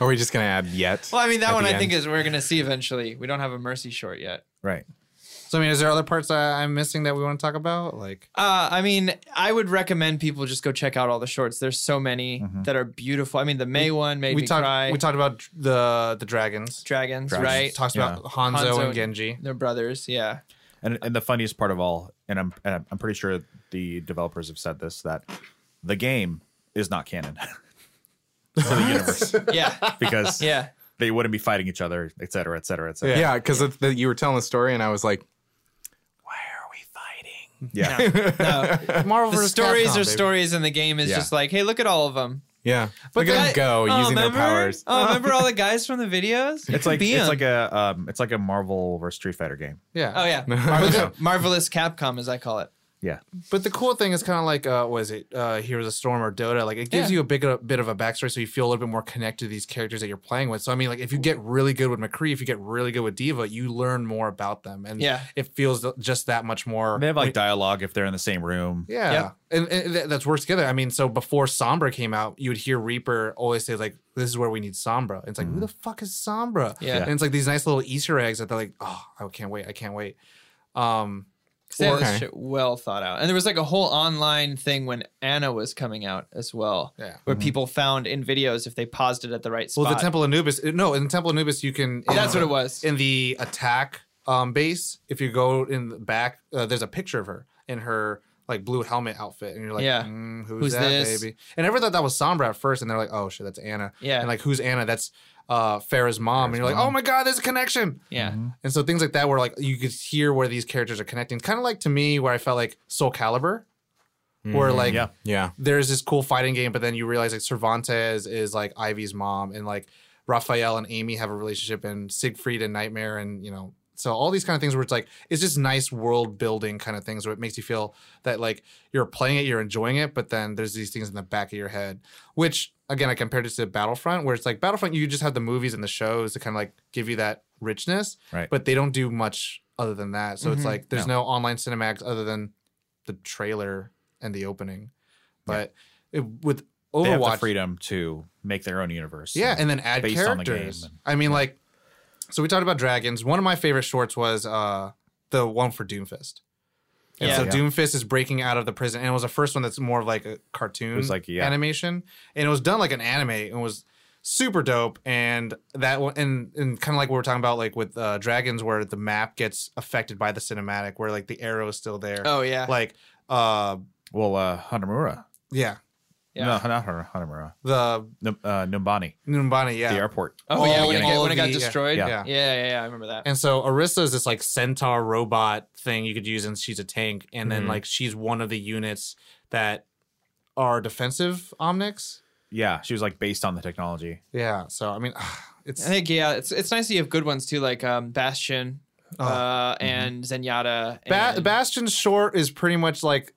S5: Are we just gonna add yet?
S4: Well, I mean, that
S5: At
S4: one
S5: the
S4: I think
S5: end.
S4: is we're gonna see eventually. We don't have a mercy short yet.
S2: right.
S1: <laughs> So I mean, is there other parts that I'm missing that we want to talk about? Like
S4: Uh, I mean, I would recommend people just go check out all the shorts. There's so many that are beautiful. I mean, the May one made
S1: we
S4: me
S1: talked
S4: cry.
S1: we talked about dr- the the dragons.
S4: Dragons,
S2: Dragons.
S4: right?
S1: Talks about Hanzo,
S4: Hanzo
S1: and
S4: and- <laughs>
S1: Genji.
S4: They're brothers. Yeah.
S2: And and the funniest part of all, and I'm and I'm- I'm pretty sure the developers have said this that the game is not canon <laughs> to the universe
S4: Yeah.
S2: <laughs> because
S4: yeah.
S2: they wouldn't be fighting each other, et cetera, et cetera, et cetera.
S5: Yeah, because you were telling the story, and I was like,
S2: Yeah. <laughs>
S4: No.
S1: Marvel
S4: The
S1: versus
S4: stories
S1: Capcom,
S4: are
S1: baby.
S4: stories, and the game is
S2: Yeah.
S4: just like, hey, look at all of them.
S5: yeah, look at them go
S2: oh,
S5: using their powers.
S4: Oh, remember all the guys from the videos?
S2: It's like
S4: Be
S2: it's
S4: 'em.
S2: like a um, it's like a Marvel versus Street Fighter game.
S1: Yeah.
S4: oh yeah, Marvel- marvelous Capcom, as I call it.
S2: Yeah.
S1: But the cool thing is kind of like uh, was it uh, Heroes of Storm or Dota? Like it gives
S4: Yeah.
S1: you a big a bit of a backstory, so you feel a little bit more connected to these characters that you're playing with. So I mean, like if you get really good with McCree, if you get really good with Diva, you learn more about them, and
S4: Yeah.
S1: it feels th- just that much more.
S2: They have like dialogue if they're in the same room.
S1: yeah,
S4: Yep.
S1: and, and th- that's works together. I mean, so before Sombra came out, you would hear Reaper always say like, "This is where we need Sombra." And it's like, who the fuck is Sombra?
S4: Mm. Yeah.
S1: and it's like these nice little Easter eggs that they're like, "Oh, I can't wait! I can't wait." Um,
S4: 'Cause They had this
S5: Okay.
S4: shit well thought out, and there was like a whole online thing when Anna was coming out as well,
S1: Yeah.
S4: where people found in videos if they paused it at the right spot.
S1: Well, the Temple Anubis. No, in Temple Anubis, you can. uh,
S4: Oh, that's
S1: in-
S4: what it was.
S1: In the attack um, base, if you go in the back, uh, there's a picture of her in her like blue helmet outfit, and you're like,
S4: Yeah.
S1: "Mm, who's,
S4: Who's
S1: that,
S4: this?"
S1: baby? And everyone thought that was Sombra at first, and they're like, oh shit, that's Anna.
S4: Yeah.
S1: And like, who's Anna? That's uh, Farrah's mom. and you're like, oh my god, there's a connection.
S4: yeah,
S1: And so things like that, where like you could hear where these characters are connecting. Kind of like to me, where I felt like Soul Calibur, where like
S2: Yeah.
S5: Mm-hmm. Yeah,
S1: there's this cool fighting game, but then you realize like Cervantes is like Ivy's mom, and like Raphael and Amy have a relationship, and Siegfried and Nightmare, and you know, so all these kind of things where it's like it's just nice world building kind of things where it makes you feel that like you're playing it, you're enjoying it, but then there's these things in the back of your head, which again I compared it to Battlefront, where it's like Battlefront, you just have the movies and the shows to kind of like give you that richness,
S2: Right.
S1: but they don't do much other than that. So it's like there's no online cinematics other than the trailer and the opening. But it, with
S2: They have the
S1: Overwatch,
S2: freedom to make their own universe.
S1: yeah, and then add
S2: based on the game
S1: characters.
S2: and-
S1: I mean, like, so we talked about dragons. One of my favorite shorts was uh the one for Doomfist. And
S4: Yeah.
S1: so
S2: Yeah.
S1: Doomfist is breaking out of the prison, and it was the first one that's more of like a cartoon
S2: It was like, yeah.
S1: animation, and it was done like an anime, and was super dope. And that one, and and kind of like what we're talking about, like with uh, dragons, where the map gets affected by the cinematic, where like the arrow is still there,
S4: oh yeah,
S1: like uh
S2: well, uh, Hanamura.
S1: yeah,
S4: yeah.
S2: No, not Hana- Hanamura.
S1: the
S2: Num- uh, Numbani,
S1: Numbani, yeah,
S2: the airport.
S4: Oh,
S1: All
S4: yeah,
S1: the
S4: when it,
S1: beginning.
S4: got, when it got
S1: Yeah.
S4: destroyed.
S1: Yeah.
S4: Yeah. yeah, yeah, I remember that.
S1: And so Arista is this like centaur robot thing you could use, and she's a tank. And
S4: Mm-hmm.
S1: then like she's one of the units that are defensive Omnics.
S2: Yeah, she was like based on
S1: <laughs>
S2: the technology.
S1: Yeah. So I mean, <sighs>
S4: I
S1: it's
S4: think yeah, it's it's nice that you have good ones too, like um, Bastion uh, and Zenyatta.
S1: Oh. ba-
S4: and,
S1: Bastion Short is pretty much like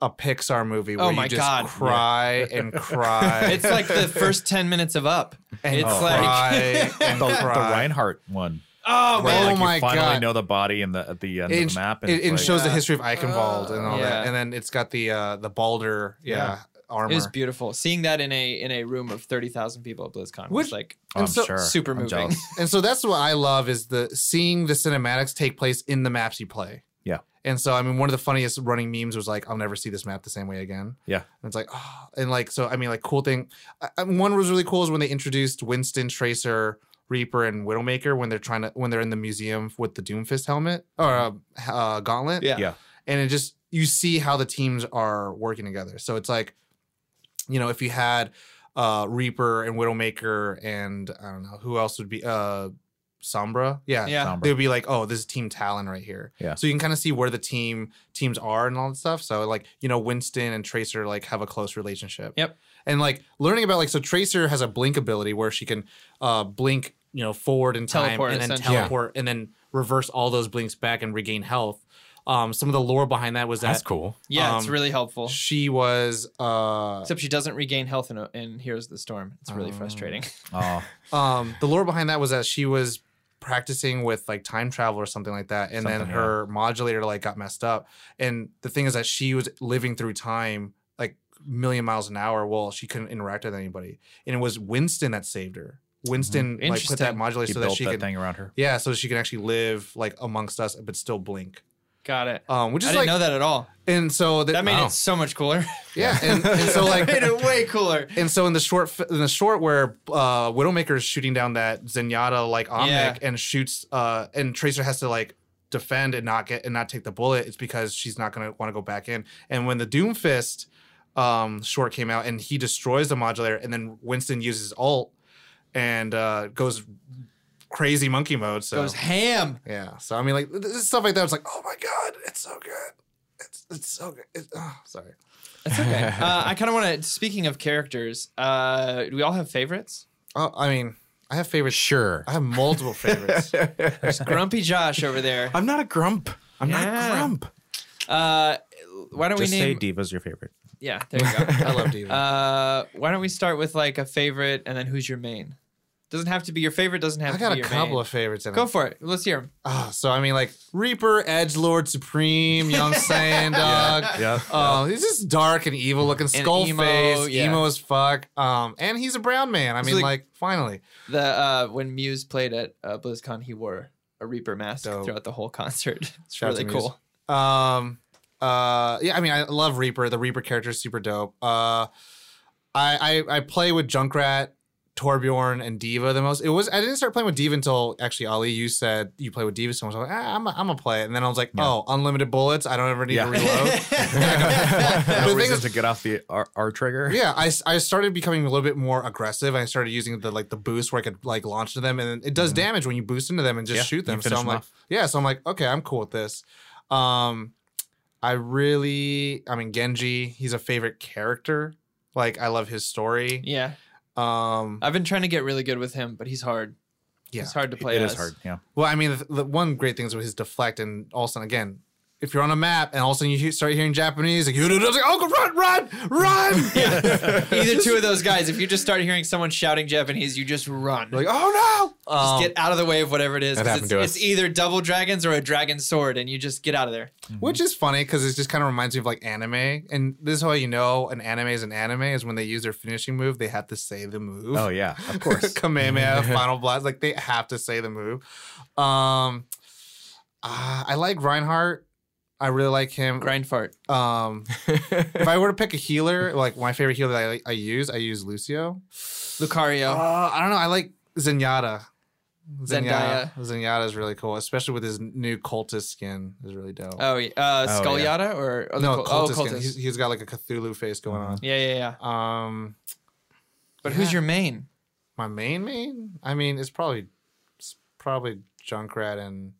S1: a Pixar movie
S4: Oh
S1: where
S4: my
S1: you just
S4: God.
S1: cry
S4: <laughs>
S1: and cry.
S4: It's
S1: <laughs>
S4: like the first ten minutes of Up.
S1: and
S4: it's
S1: cry <laughs>
S4: like
S1: and
S4: <laughs>
S2: The, the
S1: cry.
S2: Reinhardt one.
S4: oh
S1: Right.
S4: man,
S1: Oh
S2: like,
S1: my
S2: you finally
S1: God.
S2: know the body and the the, uh,
S1: it,
S2: the map. And
S1: it,
S2: it's
S1: it
S2: like-
S1: shows the
S4: Yeah. Oh,
S1: history of Eichenwald and all
S4: Yeah.
S1: that, and then it's got the uh, the Balder yeah,
S2: Yeah.
S1: armor.
S4: it was beautiful. Seeing that in a in a room of thirty thousand people at BlizzCon
S1: Which-
S4: was like
S2: Oh, I'm
S1: and so-
S2: sure.
S4: super
S2: I'm
S4: moving.
S2: jealous.
S1: and so that's what I love is the seeing the cinematics take place in the maps you play.
S2: Yeah.
S1: And so I mean, one of the funniest running memes was like, "I'll never see this map the same way again."
S2: Yeah.
S1: And it's like, oh, and like so I mean, like cool thing. I, I- one was really cool is when they introduced Winston, Tracer, Reaper, and Widowmaker when they're trying to when they're in the museum with the Doomfist helmet or uh, uh, gauntlet.
S4: Yeah.
S2: Yeah.
S1: And it just you see how the teams are working together. So it's like, you know, if you had uh Reaper and Widowmaker and I don't know who else would be uh Sombra. <laughs> Yeah.
S4: <laughs> Yeah.
S2: Sombra.
S1: They would be like, oh, this is Team Talon right here.
S2: Yeah.
S1: So you can kind of see where the team teams are and all that stuff. So like, you know, Winston and Tracer like have a close relationship.
S4: Yep.
S1: And like learning about like so Tracer has a blink ability where she can uh blink, you know, forward in time
S4: Teleport,
S1: and then
S4: essentially.
S5: Yeah.
S1: teleport and then reverse all those blinks back and regain health. Um, some of the lore behind that was that
S5: That's cool.
S4: Yeah, it's
S1: Um,
S4: really helpful.
S1: she was uh
S4: Except she doesn't regain health in, in Heroes of the Storm. It's really frustrating. <laughs>
S2: Oh,
S1: um the lore behind that was that she was practicing with like time travel or something like that and then
S2: Something,
S1: her modulator like got messed up and the thing is that she was living through time like million miles an hour well she couldn't interact with anybody and it was winston that saved her winston like put that
S4: Mm-hmm. Interesting.
S1: modulator
S2: he
S1: so that
S2: built
S1: she
S2: that
S1: could
S2: thing around her.
S1: yeah so she can actually live like amongst us but still blink
S4: Got it.
S1: um which
S4: I
S1: is like
S4: didn't know that at all.
S1: and so
S4: That made
S5: Wow.
S4: it so much cooler.
S1: yeah and, <laughs> and so like
S4: <laughs>
S1: <laughs>
S4: made it way cooler.
S1: And so in the short, fi- in the short where uh, Widowmaker is shooting down that Zenyatta like Omnic
S4: Yeah.
S1: and shoots, uh, and Tracer has to like defend and not get and not take the bullet. It's because she's not gonna want to go back in. And when the Doomfist um, short came out and he destroys the modulator, and then Winston uses alt and uh, goes crazy monkey mode. So
S4: Goes ham.
S1: yeah, so I mean like th- th- stuff like that. It's like oh my god, it's so good. It's it's so good. It's, oh, sorry. <laughs>
S4: That's okay. uh, I kind of want to. Speaking of characters, uh, do we all
S1: <laughs>
S4: have favorites?
S1: Oh, I mean I have favorites.
S5: Sure.
S1: I have
S4: <laughs>
S1: multiple favorites.
S4: There's Grumpy Josh
S1: <laughs>
S4: over there.
S5: I'm not a grump. I'm
S4: Yeah.
S5: not a grump.
S4: Uh, why don't
S2: Just
S4: we
S2: say
S4: name?
S2: Diva's your favorite.
S4: yeah, there you go.
S1: <laughs> I love Diva.
S4: Uh, why don't we start with like a favorite and then who's your main? Doesn't have to be your favorite. Doesn't have
S1: I
S4: to
S1: got
S4: be
S1: a
S4: your
S1: couple
S4: main.
S1: of favorites in
S4: Go
S1: it.
S4: for it. Let's hear 'em.
S1: Ah, so I mean, like Reaper, Edge Lord, Supreme, Young
S4: <laughs>
S1: Sand Dog. <laughs>
S2: Yeah. <laughs>
S1: Um, he's just dark and evil looking, skull
S4: emo,
S1: face,
S4: yeah.
S1: emo as fuck. Um, and he's a brown man. I
S4: He's
S1: mean, like,
S4: like-
S1: finally,
S4: The uh, when Muse played at uh, BlizzCon, he wore a Reaper mask
S1: Dope.
S4: throughout the whole <laughs> concert. It's
S1: Shout out
S4: really
S1: to Muse.
S4: cool.
S1: Um, uh, yeah, I mean, I love Reaper. The Reaper character is super dope. Uh, I, I I play with Junkrat, Torbjorn, and Diva the most. It was I didn't start playing with Diva until actually Ali, you said you play with Diva so much. I was like, ah, I'm a, I'm gonna play it, and then I was like,
S2: Yeah.
S1: oh, unlimited bullets. I don't ever need
S2: Yeah.
S1: to reload.
S2: No <laughs>
S1: But <laughs> the thing
S2: reason
S1: is-
S2: to get off the R, R trigger.
S1: yeah, I, s- I started becoming a little bit more aggressive. I started using the like the boost where I could like launch into them, and it does damage when you boost into them and just
S2: Mm-hmm. Yeah, you
S1: shoot them. So
S2: finish
S1: I'm
S2: them
S1: like,
S2: off.
S1: yeah, so I'm like, okay, I'm cool with this. Um, I really, I mean, Genji, he's a favorite character. Like, I love his story.
S4: yeah,
S1: Um,
S4: I've been trying to get really good with him, but he's hard.
S1: yeah.
S4: It's hard to play.
S2: It is
S4: as.
S2: hard. Yeah.
S1: Well, I mean, the, the one great thing is with his deflect, and all of a sudden, again, if you're on a map and all of a sudden you he- start hearing Japanese, like, like oh, run, run,
S2: <laughs>
S1: run.
S4: <laughs> Either two
S1: <laughs>
S4: of those guys. If you just start hearing someone shouting Japanese, you just run.
S1: Like, oh no.
S4: just
S1: Um,
S4: get out of the way of whatever it is.
S5: That
S4: 'cause
S5: happened
S4: it's,
S5: to
S4: it's
S5: us.
S4: either double dragons or a dragon sword, and you just get out of there.
S1: which is funny because it just kind of reminds me of like anime. And this is how you know an anime is an anime is when they use their finishing move, they have to say the move.
S2: Oh yeah.
S1: <laughs>
S2: Of course. <laughs>
S1: Kamehameha, Final Blast, like they have to say the move. Um, uh, I like Reinhardt. I really like him.
S4: Grind fart.
S2: <laughs>
S1: Um, if I were to pick a healer, like my favorite healer that I, I use, I use Lucio.
S2: Oh.
S1: Uh,
S4: Lucario.
S1: I don't know. I like Zenyatta.
S4: Zendaya.
S1: Zenyatta is really cool, especially with his new cultist skin. is really dope.
S4: Oh, yeah. uh,
S2: Oh,
S4: Skull
S2: yeah.
S4: Yada or oh, the
S1: no,
S4: Col-
S1: cultist,
S4: oh,
S1: skin. He's, he's got like a Cthulhu face going on.
S4: yeah, yeah, yeah.
S1: Um,
S4: But who's
S1: Yeah.
S4: your main?
S1: my main main. I mean, it's probably it's probably Junkrat and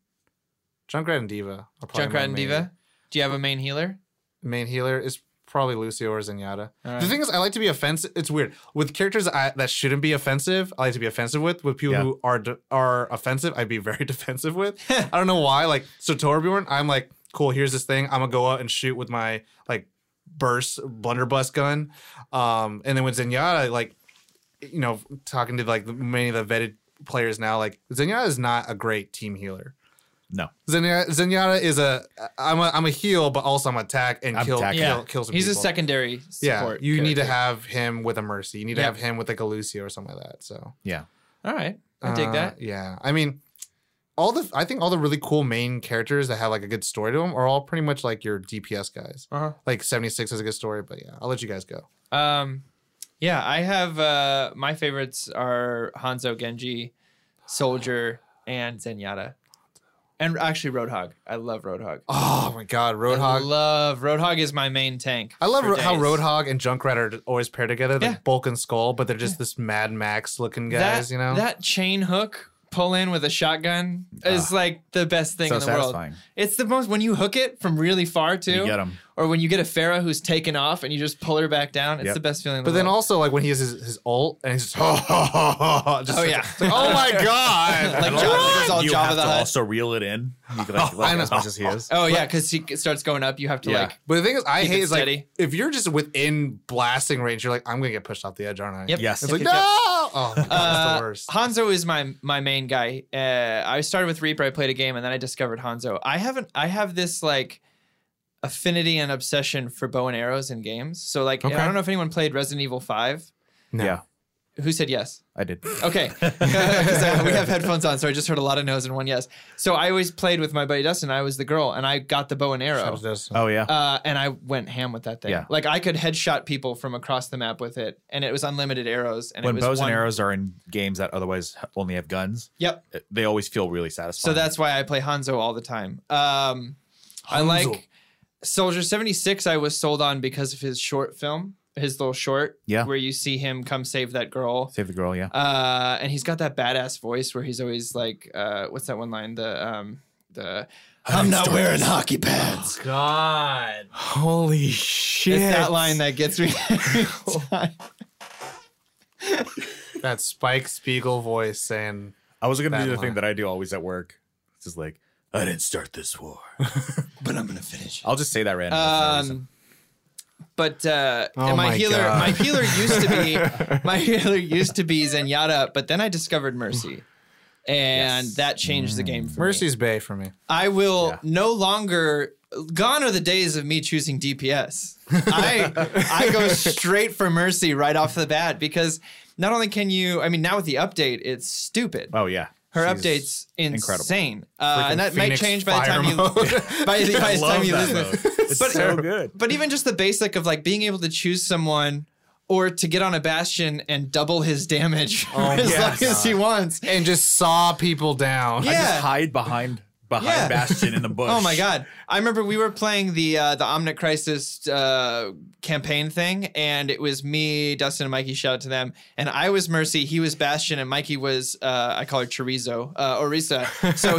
S1: Junkrat and Diva. are probably my
S4: Junkrat and
S1: main-
S4: Diva. Do you have a main healer?
S1: Main healer is probably Lucio or Zenyatta.
S4: All right.
S1: The thing is, I like to be offensive. It's weird with characters I, that shouldn't be offensive. I like to be offensive with. With people
S2: Yeah.
S1: who are de- are offensive, I'd be very <laughs> defensive
S4: <laughs>
S1: with. I don't know why. Like so, Torbjorn, I'm like, cool. Here's this thing. I'm gonna go out and shoot with my like burst blunderbuss gun. Um, and then with Zenyatta, like, you know, talking to like the- many of the vetted players now, like Zenyatta is not a great team healer.
S2: No.
S1: Zenyatta, Zenyatta is a I'm a I'm a heal, but also I'm attack and
S2: I'm
S1: kill,
S2: attack.
S1: kill kill some
S4: he's
S1: people
S4: a secondary support.
S1: you need to
S4: character.
S1: have him with a mercy. You need to
S4: Yeah.
S1: have him with like a Lucio or something like that. So
S2: Yeah.
S4: All right, I dig
S1: uh,
S4: that.
S1: Yeah, I mean, all the I think all the really cool main characters that have like a good story to them are all pretty much like your DPS guys.
S4: Uh-huh.
S1: Like seventy six has a good story, but yeah, I'll let you guys go.
S4: Um, yeah, I have uh, my favorites are Hanzo, Genji, Soldier, and Zenyatta, and actually Roadhog. I love Roadhog.
S1: Oh my God,
S4: I
S1: Roadhog!
S4: love Roadhog is my main tank.
S1: I love
S4: for
S1: Ro- how
S4: days.
S1: Roadhog and Junkrat are always paired together, like
S4: Yeah.
S1: Bulk and Skull, but they're just this Mad Max looking guys.
S4: that,
S1: you know,
S4: that chain hook pull in with a shotgun is like the best thing
S2: so
S4: in the
S2: satisfying.
S4: world. It's the most when you hook it from really far too,
S2: get 'em.
S4: or when you get a Farah who's taken off and you just pull her back down. It's
S2: Yep.
S4: the best feeling. In
S1: But
S4: the
S1: then
S4: world.
S1: also like when he has his, his ult and he's just, <laughs> just
S4: Oh, yeah.
S1: it's like, oh my
S2: <laughs>
S1: god,
S4: Like
S1: like,
S4: Java- this is all
S2: you
S4: Java
S2: have
S4: the
S2: to
S4: Hutt.
S2: also reel it in. You can, like, like,
S1: know.
S2: as much as he is.
S4: oh yeah, because he starts going up, you have to
S2: Yeah.
S4: like
S1: But the thing is, I
S4: Keep
S1: hate
S4: it
S1: is like
S4: steady.
S1: if you're just within blasting range, you're like, I'm gonna get pushed off the edge, aren't I?
S4: Yep.
S2: Yes.
S1: It's like
S4: Yep,
S1: no.
S4: yep, yep.
S1: Oh, my God, <laughs> that's
S4: Uh,
S1: the worst.
S4: Hanzo is my my main guy. Uh, I started with Reaper. I played a game, and then I discovered Hanzo. I haven't. I have this like affinity and obsession for bow and arrows in games. So like,
S5: Okay.
S4: I don't know if anyone played Resident Evil Five.
S5: No.
S2: Yeah,
S4: Who said yes?
S2: I did.
S4: Okay, <laughs> 'Cause, uh, we have headphones on, so I just heard a lot of no's and one yes. So I always played with my buddy Dustin. I was the girl, and I got the bow and arrow.
S2: Oh yeah.
S4: Uh, and I went ham with that thing.
S2: Yeah.
S4: Like I could headshot people from across the map with it, and it was unlimited arrows. And it
S2: when
S4: was
S2: bows
S4: one-
S2: and arrows are in games that otherwise only have guns,
S4: Yep.
S2: it- they always feel really
S4: So
S2: satisfying.
S4: that's why I play Hanzo all the time. Um, I like Soldier 76, I was sold on because of his short film, his little short,
S2: Yeah.
S4: where you see him come save that girl.
S2: save the girl. Yeah.
S4: Uh, and he's got that badass voice where he's always like, uh, what's that one line? The, um, the, I'm not wearing hockey pads.
S5: Oh,
S1: God.
S5: Holy shit!
S4: it's that
S5: <laughs>
S4: line that gets me. every time.
S1: That Spike Spiegel voice saying,
S2: I was gonna
S1: That
S2: do the
S1: line.
S2: thing that I do always at work. It's just like I didn't start this war, <laughs> but I'm gonna finish. I'll just say that randomly. for no reason.
S4: Um, but uh,
S5: Oh
S4: and my,
S5: my
S4: healer,
S5: God.
S4: my healer used to be
S5: <laughs>
S4: my healer used to be Zenyatta, but then I discovered Mercy, and that changed the game for me.
S1: "Mercy's Bay" for me.
S4: I will
S2: Yeah.
S4: no longer. Gone are the days of me choosing DPS.
S2: <laughs>
S4: I I go straight for Mercy right off the bat because not only can you, I mean, now with the update, it's stupid.
S2: <laughs> oh yeah.
S4: Her
S1: She's
S4: update's
S2: incredible.
S4: insane, uh, and
S1: Freaking
S4: that
S1: Phoenix
S4: might change <laughs> by the
S1: fire
S4: time you
S1: mode.
S4: by the,
S2: <laughs>
S4: by
S2: I
S4: the
S2: love
S4: time you
S2: that
S4: listen.
S2: mode. It's
S4: But-
S2: so good.
S4: But even just the basic of like being able to choose someone or to get on a bastion and double his damage
S2: Oh,
S4: <laughs> as
S1: yes.
S4: long as he wants.
S1: and just saw people down.
S4: Yeah.
S2: I just hide behind behind
S4: Yeah.
S2: Bastion
S4: <laughs>
S2: in the bush.
S4: Oh my god! I remember we were playing the uh, the Omnic Crisis uh, campaign thing, and it was me, Dustin, and Mikey. Shout out to them! And I was Mercy, he was Bastion, and Mikey was uh, I call her Chorizo, uh, Orisa. So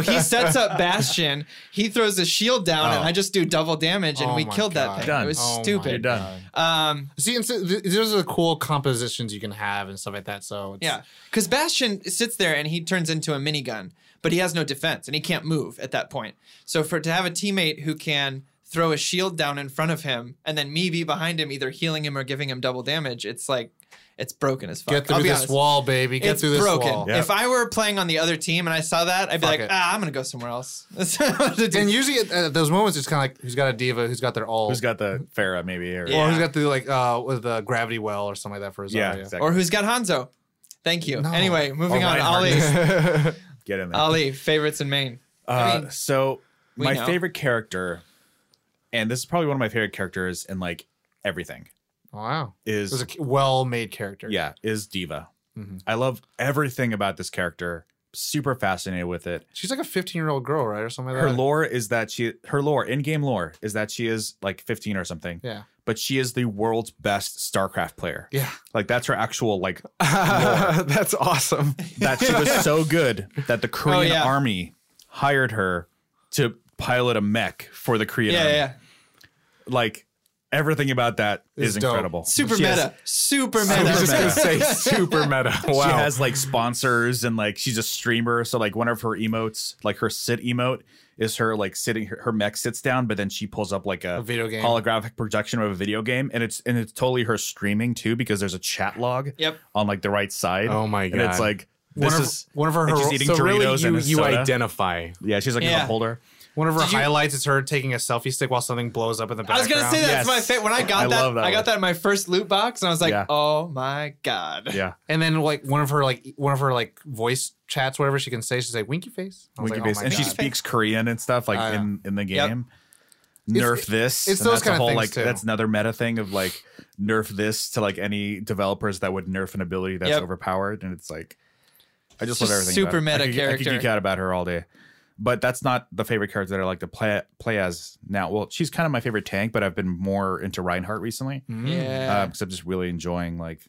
S1: <laughs>
S4: he sets up Bastion, he throws the shield down, and I just do double damage, and
S1: Oh
S4: we
S1: my
S4: killed that
S1: God.
S4: thing.
S2: Done.
S4: It was
S1: Oh my
S2: You're
S4: stupid.
S2: done.
S4: Um,
S1: See, and so th- those are the cool compositions you can have and stuff like that. So it's,
S4: yeah, because Bastion sits there and he turns into a minigun, but he has no defense and he can't move at that point. So for to have a teammate who can throw a shield down in front of him and then me be behind him, either healing him or giving him double damage, it's like it's broken as fuck.
S1: get
S4: I'll
S1: through
S4: be
S1: this
S4: honest.
S1: wall, baby. Get
S4: it's
S1: through this
S4: broken. <laughs>
S1: wall.
S2: Yeah.
S4: If I were playing on the other team and I saw that, I'd be
S1: Fuck
S4: like,
S1: it.
S4: ah, I'm gonna go somewhere else. <laughs> That's what to do.
S1: And usually at, at those moments, it's kind of like who's got a diva, who's got their all,
S2: Who's got the Farah maybe? Or,
S4: Yeah.
S1: or who's got the like uh with the gravity well or something like that for his
S2: Yeah,
S1: area.
S2: exactly.
S4: or who's got Hanzo? Thank you.
S1: No.
S4: Anyway, moving
S2: Or
S4: on. Ali,
S2: Reinhardt. Get <laughs> in there.
S4: Ali, favorites in main. I
S2: Uh,
S4: mean,
S2: so
S4: we
S2: my
S4: know.
S2: favorite character, and this is probably one of my favorite characters in like everything,
S1: Wow, it was
S2: is
S1: a well made character.
S2: yeah, is Diva.
S4: Mm-hmm.
S1: Mhm.
S2: I love everything about this character. Super fascinated with it.
S1: she's like a 15 year old girl, right, or something like
S2: Her
S1: that.
S2: lore is that she, her lore, in game lore, is that she is like 15 or something,
S1: yeah,
S2: but she is the world's best StarCraft player.
S1: yeah.
S2: Like that's her actual like
S5: That's awesome.
S2: that she was so good that the Korean
S4: yeah.
S2: army hired her to pilot a mech for the Korean
S4: yeah, yeah,
S2: army.
S4: yeah.
S2: Like everything about that
S1: It's
S2: is
S1: dope.
S2: incredible.
S4: Super
S2: She has-
S4: meta. Super
S5: I
S4: meta.
S5: was just
S2: Super
S5: gonna
S2: meta. <laughs>
S5: say super meta. Wow.
S2: She has like sponsors and like she's a streamer. So like one of her emotes, like her sit emote, is her like sitting her, her mech sits down, but then she pulls up like a,
S1: A video game.
S2: holographic projection of a video game, and it's and it's totally her streaming too because there's a chat log
S4: Yep.
S2: on like the right side.
S5: Oh my
S2: And it's
S5: God.
S2: like
S1: One
S2: this
S1: of,
S2: is
S1: one of her,
S2: and she's
S1: her
S2: eating
S5: so really,
S2: Doritos
S5: you,
S2: and a
S5: you
S2: soda.
S5: identify.
S2: yeah, she's like a
S4: Yeah.
S2: cup holder.
S1: one of her
S4: Did you-
S1: highlights is her taking a selfie stick while something blows up in the
S4: I was
S1: background.
S4: gonna say that's
S2: Yes.
S4: my favorite. When I got
S2: I
S4: that,
S2: love that
S4: I
S2: one.
S4: got that in my first loot box, and I was like,
S2: Yeah.
S4: "Oh my god!"
S2: Yeah.
S1: And then like one of her like one of her like voice chats, whatever she can say, she's like winky face. I was
S2: Winky
S1: like, oh
S2: face.
S1: my
S2: and she
S1: God.
S2: speaks Korean and stuff like
S1: Oh, yeah.
S2: in, in the
S4: Yep.
S2: game.
S1: It's-
S2: Nerf this.
S1: it's
S2: and
S1: those
S2: that's
S1: kinda
S2: a whole
S1: things,
S2: like
S1: too.
S2: that's another meta thing of like nerf this to like any developers that would nerf an ability that's
S4: Yep.
S2: overpowered. And it's like I just
S4: Just
S2: love everything. about it.
S4: super
S2: I
S4: meta
S2: could- I
S4: character.
S2: could geek out about her all day. But that's not the favorite character that I like to play play as now. Well, she's kind of my favorite tank, but I've been more into Reinhardt recently.
S1: Mm.
S2: uh,
S4: Mm. Yeah.
S2: because I'm just really enjoying like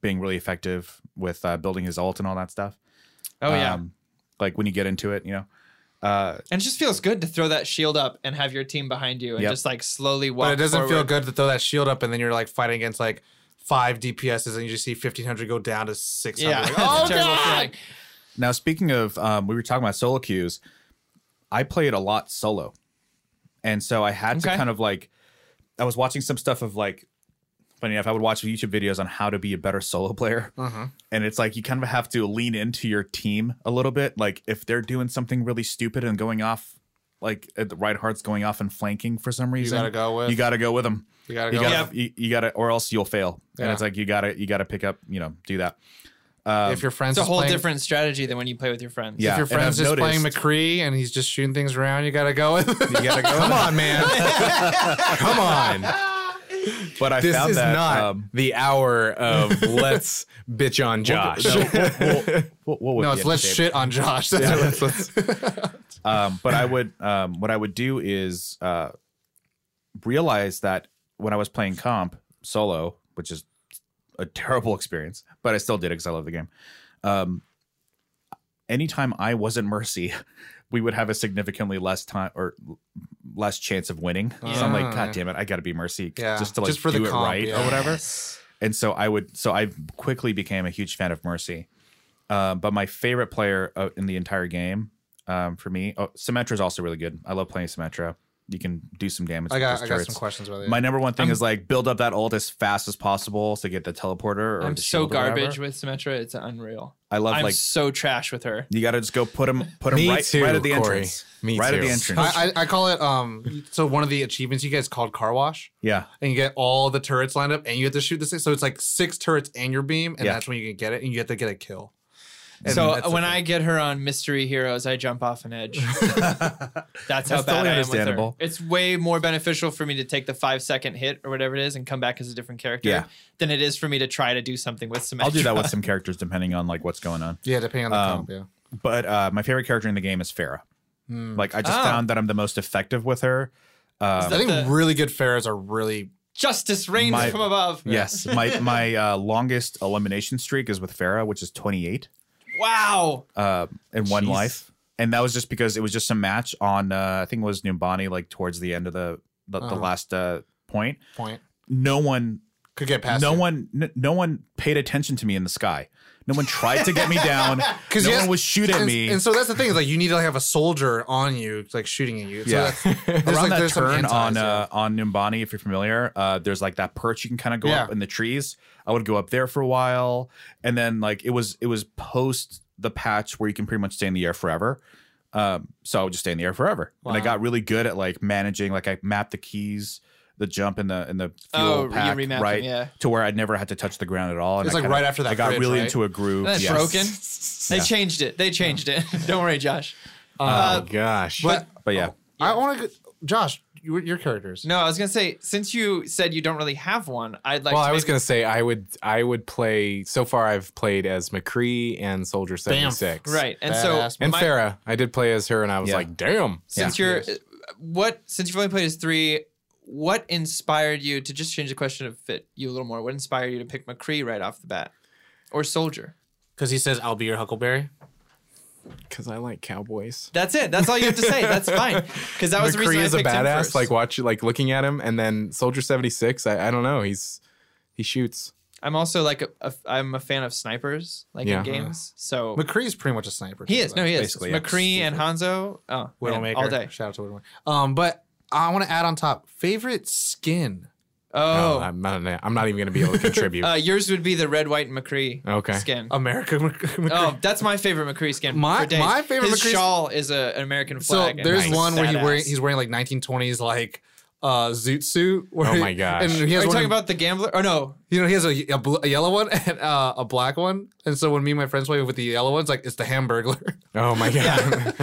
S2: being really effective with uh, building his ult and all that stuff.
S4: oh yeah.
S2: Um, like when you get into it, you know. Uh,
S4: And it just feels good to throw that shield up and have your team behind you and
S2: Yep.
S4: just like slowly walk.
S1: But it doesn't feel
S4: forward.
S1: good to throw that shield up and then you're like fighting against like five DPSs and you just see 1500 go down to 600.
S4: Yeah.
S1: Like,
S4: <laughs> it's a
S1: <laughs> oh,
S4: terrible
S1: God!
S4: feeling.
S2: now speaking of, um, we were talking about solo queues. I played a lot solo, and so I had to
S4: Okay.
S2: kind of like, I was watching some stuff of like, funny enough, I would watch YouTube videos on how to be a better solo player. and it's like you kind of have to lean into your team a little bit. Like if they're doing something really stupid and going off, like at the right heart's going off and flanking for some reason,
S1: gotta go with-
S2: you gotta go with them.
S1: You gotta
S2: You
S1: go.
S2: gotta, you, you gotta, or else you'll fail. And
S1: Yeah.
S2: it's like you gotta, you gotta pick up, you know, do that.
S1: if your friends
S4: It's a
S1: is
S4: whole
S1: playing,
S4: different strategy than when you play with your friends.
S2: Yeah.
S1: if your
S2: and
S1: friends
S2: I've
S1: just playing
S2: noticed-
S1: McCree and he's just shooting things around, you gotta go <laughs> with.
S2: You gotta <laughs> go.
S5: Come on, man. Come on.
S2: But I
S5: This
S2: found
S5: is
S2: that
S5: not
S2: um,
S5: the hour
S2: <laughs>
S5: of let's bitch on Josh.
S2: no, we'll- we'll- we'll- we'll whip
S1: no,
S2: you
S1: it's
S2: into
S1: let's
S2: shape.
S1: shit on Josh. <laughs> That's what it is.
S2: um,
S1: <laughs>
S2: but I would um, what I would do is uh, realize that when I was playing comp solo, which is a terrible <laughs> experience, but I still did it because I love the game. Um, anytime I wasn't Mercy, <laughs> we would have a significantly less time or less chance of winning. So I'm like,
S1: Ah,
S2: God
S1: yeah.
S2: damn it, I got to be Mercy
S1: Yeah,
S2: just to like
S1: just for the
S2: do it
S1: comp,
S2: right
S1: yeah.
S2: or whatever.
S4: Yes.
S2: And so I would, so I quickly became a huge fan of Mercy. Um, but my favorite player uh, in the entire game um, for me, oh, Symmetra is also really good. I love playing Symmetra. You can do some damage.
S1: I
S2: with
S1: got,
S2: those
S1: I got
S2: turrets.
S1: some questions about it.
S2: My number one thing is like build up that ult as fast as possible to get the teleporter. Or
S4: I'm
S2: the
S4: so
S2: shield or whatever.
S4: garbage with Symmetra. It's unreal.
S2: I love
S4: I'm
S2: like
S4: so trash with her.
S2: you got to just go put him put him
S5: Me
S2: right,
S5: too,
S2: right at the
S5: Corey.
S2: entrance.
S5: Me
S2: right at
S5: too.
S2: the entrance.
S1: I, I, I call it um. So one of the achievements you get is called car wash, <laughs>
S2: yeah,
S1: and you get all the turrets lined up, and you have to shoot the six. So it's like six turrets and your beam, and
S2: Yeah.
S1: that's when you can get it, and you have to get a kill.
S4: so
S1: that's the
S4: when
S1: thing.
S4: I get her on Mystery Heroes, I jump off an edge. That's how
S2: That's
S4: bad
S2: totally
S4: I am with her.
S2: understandable.
S4: It's way more beneficial for me to take the five second hit or whatever it is and come back as a different character
S2: Yeah.
S4: than it is for me to try to do something with Symmetra.
S2: I'll do that with some characters depending on like what's going on.
S1: Yeah, depending on the
S2: Um,
S1: comp. Yeah. Hmm.
S2: but uh, my favorite character in the game is Farah. Like I just
S4: Oh.
S2: found that I'm the most effective with her. Um,
S1: I think
S4: the-
S1: really good Pharaohs are really
S4: <laughs> Justice reigns
S2: My-
S4: from above.
S2: yes, my my uh, longest elimination streak is with Farah, which is 28
S4: Wow.
S2: uh, in one
S5: Jeez.
S2: life, and that was just because it was just a match on uh, I think it was Numbani like towards the end of the the, the
S1: Uh-huh.
S2: last uh, point.
S1: point.
S2: No one
S1: Could get past.
S2: no
S1: you.
S2: one n- no one paid attention to me in the sky no one tried to get me down because no
S1: yes-
S2: one was shooting at
S1: and,
S2: me
S1: and so that's the thing is like you need to like, have a soldier on you, like shooting at you. So
S2: Yeah.
S1: that's,
S2: <laughs>
S1: there's,
S2: around
S1: like,
S2: that
S1: there's some
S2: turn
S1: antis,
S2: on
S1: yeah.
S2: uh, on Numbani, if you're familiar, uh, there's like that perch you can kind of go
S1: Yeah.
S2: up in the trees. I would go up there for a while, and then like it was it was post the patch where you can pretty much stay in the air forever. Um, so I would just stay in the air forever, and I
S1: Wow.
S2: got really good at like managing. Like I mapped the keys, the jump, and the and the
S4: Oh,
S2: fuel
S4: you
S2: pack
S4: remap them,
S2: right
S4: yeah.
S2: to where I never had to touch the ground at all. And
S1: It's,
S2: I
S1: like,
S2: kinda-
S1: right after that
S2: I got
S1: bridge,
S2: really
S1: right?
S2: into a groove.
S4: That's
S2: yes.
S4: broken.
S2: <laughs>
S4: They changed it. They changed it. <laughs> Don't worry, Josh.
S5: oh gosh.
S1: But,
S2: Um, But yeah,
S1: I want to, Josh, your, your characters.
S4: No, I was gonna say since you said you don't really have one, I'd like.
S5: well,
S4: to
S5: I was
S4: maybe-
S5: gonna say I would I would play so far I've played as McCree and Soldier 76.
S4: Right, and
S1: Badass.
S4: so
S5: And
S4: my-
S5: Farah. I did play as her and I was
S2: Yeah.
S5: like, damn.
S4: since you're what since you've only played as three, what inspired you to just change the question of fit you a little more? What inspired you to pick McCree right off the bat, or Soldier?
S1: Because he says, I'll be your Huckleberry.
S5: Because I like cowboys.
S4: That's it. That's all you have to say. That's
S5: <laughs>
S4: fine. Because that was the
S5: McCree
S4: reason
S5: is
S4: I
S5: a
S4: picked him
S5: badass,
S4: first.
S5: like watch like looking at him, and then Soldier 76, I, I don't know. He's he shoots.
S4: I'm also like a, a I'm a fan of snipers, like
S5: Yeah.
S4: in games. So
S1: McCree's pretty much a sniper.
S4: he
S1: too,
S4: is
S1: though.
S4: no, he is
S2: Basically, yeah.
S4: McCree and Hanzo. Oh, man,
S1: Widowmaker.
S4: all day.
S1: Shout out to Widowmaker. Um, but I want to add on top favorite skin.
S5: Oh,
S4: Oh,
S5: I'm not I'm not even gonna be able to contribute.
S4: <laughs> uh, yours would be the red, white, and McCree
S5: Okay.
S4: skin.
S1: America. <laughs> Mc- McCree.
S4: Oh, that's my favorite McCree skin.
S1: My-
S4: for days.
S1: my favorite
S4: His
S1: McCree-
S4: shawl is a, an American
S1: so
S4: flag. and
S1: there's
S4: it's
S1: one where he
S4: badass.
S1: wearing, he's wearing like 1920s, like, uh, zoot suit. Where
S5: Oh
S1: he-
S5: my gosh.
S1: And he
S4: Are
S1: has
S4: you
S1: one
S4: talking
S1: in-
S4: about the gambler? Oh no,
S1: You know, he has a, a, bl- a yellow one and uh, a black one. And so when me and my friends play with the yellow ones, like it's the Hamburglar, <laughs>
S5: oh my god.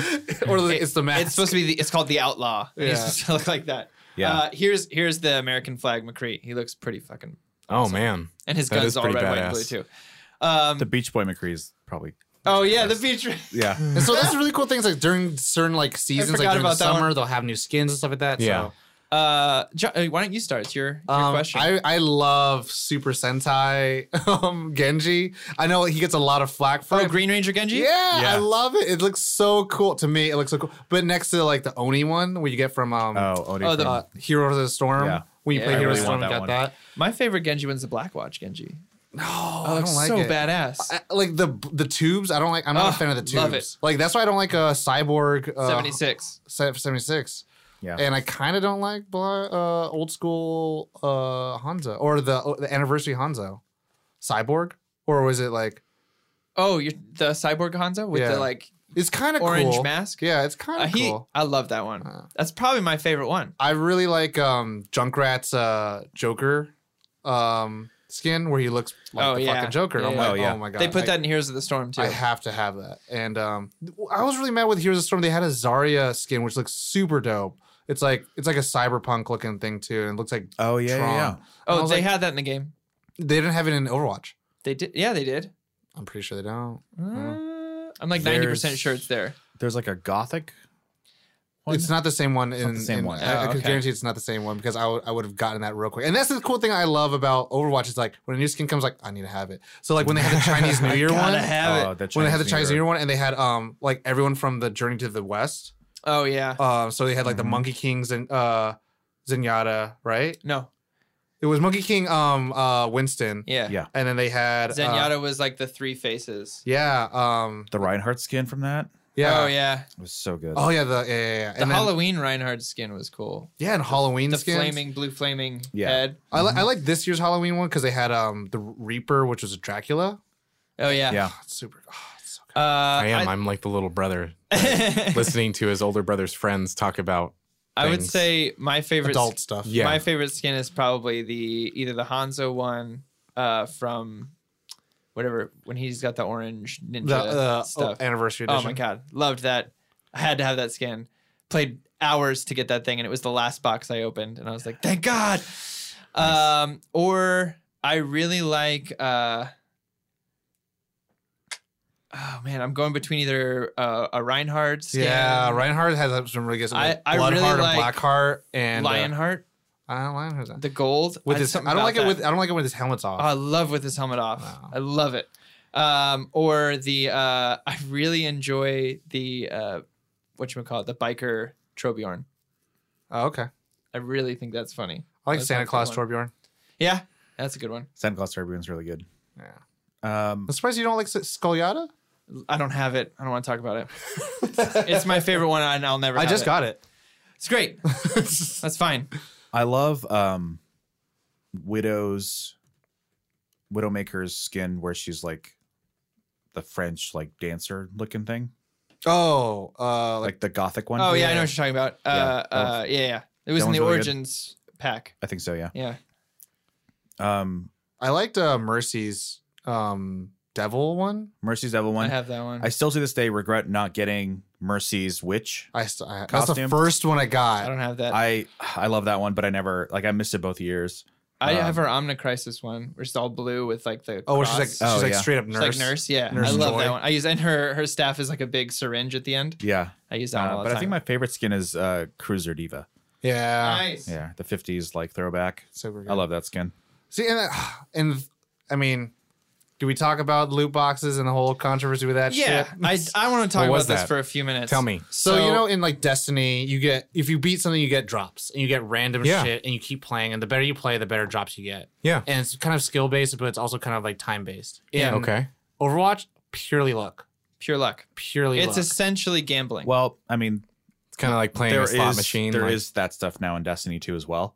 S1: or like, it's the mask.
S4: it's supposed to be. The, it's called the outlaw. Yeah. He's
S1: Yeah.
S4: supposed to <laughs> look like that.
S2: Yeah.
S4: Uh, here's here's the American flag McCree. He looks pretty fucking.
S5: <laughs> oh man.
S4: And his
S5: That
S4: guns
S5: is
S4: all red,
S5: pretty
S4: white, and blue
S5: badass.
S4: too. Um,
S2: the Beach Boy McCree is probably
S4: oh yeah, the beach.
S2: yeah.
S1: and so that's really cool things like during certain like seasons, like
S4: forgot
S1: during the
S4: about that one.
S1: summer, they'll have new skins and stuff like that.
S5: Yeah.
S1: So
S4: <laughs> Uh, Jo- uh, why don't you start? It's your, your
S1: Um,
S4: question.
S1: I, I love Super Sentai <laughs> um, Genji. I know he gets a lot of flack for
S4: oh,
S1: it.
S4: Green Ranger Genji.
S1: Yeah,
S2: Yeah.
S1: I love it. It looks so cool to me. It looks so cool. But next to like the Oni one, where you get from um,
S2: Oh,
S1: <laughs>
S2: Odie
S4: Oh, the-
S1: uh, Hero of the Storm.
S2: Yeah.
S1: When you
S4: Yeah,
S1: play
S4: I
S1: Hero of
S4: really
S1: the Storm, you
S2: want
S1: got
S2: that
S1: that.
S4: My favorite Genji one's the Black Watch Genji.
S1: No,
S4: Oh,
S1: I
S4: it's
S1: don't like
S4: so
S1: it.
S4: badass.
S1: I- like the the tubes, I don't like. I'm not
S4: Ugh,
S1: a fan of the tubes.
S4: love it.
S1: Like that's why I don't like a cyborg uh,
S4: Seventy six.
S1: se- 76.
S2: Yeah.
S1: And I kind of don't like bla- uh, old school uh, Hanzo or the the anniversary Hanzo, cyborg, or was it like
S4: Oh, you're the cyborg Hanzo with
S1: Yeah.
S4: the like
S1: it's kind of
S4: orange
S1: cool.
S4: mask.
S1: Yeah, it's kind
S4: Uh,
S1: of
S4: he,
S1: cool.
S4: I love that one.
S1: Uh.
S4: That's probably my favorite one.
S1: I really like um, Junkrat's uh, Joker um, skin where he looks like
S4: Oh,
S1: the
S4: yeah.
S1: fucking Joker. And I'm
S4: Yeah.
S1: like,
S2: Oh,
S1: oh,
S2: yeah.
S1: my god,
S4: they put
S1: I,
S4: that in Heroes of the Storm too.
S1: I have to have that. And um, I was really mad with Heroes of the Storm. They had a Zarya skin which looks super dope. It's like it's like a cyberpunk looking thing too, and it looks like
S2: oh yeah,
S1: Tron.
S2: yeah,
S1: I
S4: oh,
S1: was
S4: they
S1: like-
S4: had that in the game.
S1: They didn't have it in Overwatch.
S4: They did. Yeah, they did.
S1: I'm pretty sure they don't. Mm-hmm.
S4: Uh, I'm like ninety percent
S2: There's-
S4: sure it's there.
S2: There's like a gothic. One?
S1: It's not the same one.
S2: not
S1: In,
S2: the same
S1: in-
S2: one.
S1: I, I
S4: Oh,
S1: could
S4: okay.
S1: guarantee it's not the same one because I would have gotten that real quick. And that's the cool thing I love about Overwatch. Is like when a new skin comes, like I need to have it. So like when they had the
S4: <laughs>
S1: Chinese New Year one,
S4: Gotta have it.
S2: Oh, the
S1: when they had the Chinese New Year one, and they had um like everyone from the Journey to the West.
S4: Oh yeah.
S1: Uh, so they had like
S2: Mhm.
S4: Mm-hmm.
S1: the Monkey Kings and uh, Zenyatta, right?
S4: No.
S1: It was Monkey King, um, uh, Winston,
S4: Yeah.
S2: Yeah.
S1: and then they had uh,
S4: Zenyatta was like the three faces.
S1: yeah, um,
S2: The Reinhardt skin from that
S1: yeah.
S4: Oh yeah.
S2: was so good.
S1: Oh yeah, the yeah, yeah, yeah.
S4: The
S1: and then,
S4: Halloween Reinhardt skin was cool.
S1: yeah, and Halloween
S4: The
S1: skins.
S4: flaming blue flaming
S2: Yeah.
S4: head.
S1: I, li- I like this year's Halloween one because they had um the Reaper, which was a Dracula.
S4: Oh yeah.
S2: Yeah.
S1: Ah, it's super. ah, it's so
S4: Uh,
S5: I am.
S4: I-
S5: I, am like the little brother listening to his older brother's friends talk about.
S4: <laughs> I would
S5: things.
S4: say my
S1: good.
S4: favorite
S1: adult stuff.
S5: Yeah.
S4: My favorite skin is probably the either the Hanzo one uh, from whatever when he's got the orange ninja
S1: the uh,
S4: stuff.
S1: oh, anniversary
S4: Oh,
S1: edition.
S4: my god, loved that! I had to have that skin. Played hours to get that thing, and it was the last box I opened, and I was like, thank God. Um, or I really like. Uh, oh man, I'm going between either uh, a Reinhardt skin,
S1: Yeah, Reinhardt has some really good.
S4: I-
S1: Like
S4: I
S1: Bloodheart
S4: really like
S1: and Blackheart and uh,
S4: Lionheart,
S1: I don't like him.
S4: the gold
S1: with
S4: I-
S1: his. I
S4: something
S1: don't
S4: about
S1: like it
S4: that.
S1: with. I don't like it with his helmets off.
S4: Oh, I love with his helmet off.
S1: Wow.
S4: I love it. Um, or the uh, <laughs> I really enjoy the uh, what you call it, the biker Trobjorn.
S1: oh, okay.
S4: I really think that's funny.
S1: I like
S4: that's
S1: Santa
S4: not a good
S1: Claus
S4: one.
S1: Torbjorn.
S4: Yeah, that's a good one.
S2: Santa Claus Turbulence really good.
S1: Yeah.
S2: Um,
S1: I'm surprised you don't like S- Scogliata.
S4: I don't have it. I don't want to talk about it. it's my favorite one, and I'll never.
S1: I
S4: have
S1: just
S4: it.
S1: got it.
S4: It's great. <laughs> That's fine.
S2: I love um, Widow's Widowmaker's skin where she's like the French like dancer looking thing,
S1: <laughs> oh, uh,
S2: like,
S1: like
S2: the gothic one.
S4: Oh yeah, I know what you're talking about. Uh,
S2: that
S4: yeah,
S2: was-
S4: uh, yeah, yeah. It was
S2: that
S4: in the
S2: one's really good.
S4: Origins pack.
S2: I think so. Yeah.
S4: Yeah.
S2: Um,
S1: I liked uh, Mercy's um devil one.
S2: Mercy's Devil
S4: I
S2: one.
S4: have that one.
S2: I still to this day regret not getting Mercy's Witch.
S1: I, st- I that's the
S2: Costume.
S1: first one I
S4: I
S1: got.
S4: don't have that. I,
S2: I I love that one, but I never like I missed it both years.
S4: have her Omnicrisis one, which is all blue with like the.
S1: Oh, where she's like
S4: cross.
S1: she's
S2: Oh,
S1: like
S2: yeah.
S1: straight up
S4: She's
S1: nurse.
S4: like nurse, yeah.
S1: Nurse
S4: I love
S1: Joy.
S4: that one. I use and her her staff is like a big syringe at the end.
S2: Yeah,
S4: I use that one
S2: uh,
S4: all
S2: but
S4: the
S2: I think
S4: time.
S2: my favorite skin is uh, Cruiser Diva.
S1: Yeah,
S4: nice.
S2: Yeah, the '50s like throwback.
S1: super. Good.
S2: I love that skin.
S1: See, and, uh, and I mean, do we talk about loot boxes and the whole controversy with that?
S4: Yeah,
S1: shit?
S4: I, I want to talk
S5: What
S4: about
S5: was
S4: this
S5: that?
S4: for a few minutes.
S5: Tell me.
S1: So, you know, in like Destiny, you get if you beat something, you get drops, and you get random
S5: Yeah.
S1: shit, and you keep playing, and the better you play, the better drops you get.
S5: Yeah.
S1: and it's kind of skill based, but it's also kind of like time based.
S4: Yeah.
S5: Okay.
S1: Overwatch purely luck,
S4: pure luck.
S1: purely.
S4: It's
S1: luck.
S4: essentially gambling.
S2: Well, I mean,
S5: It's kind of like playing
S2: there
S5: a
S2: is
S5: slot machine.
S2: there
S5: like-
S2: is that stuff now in Destiny 2 as well,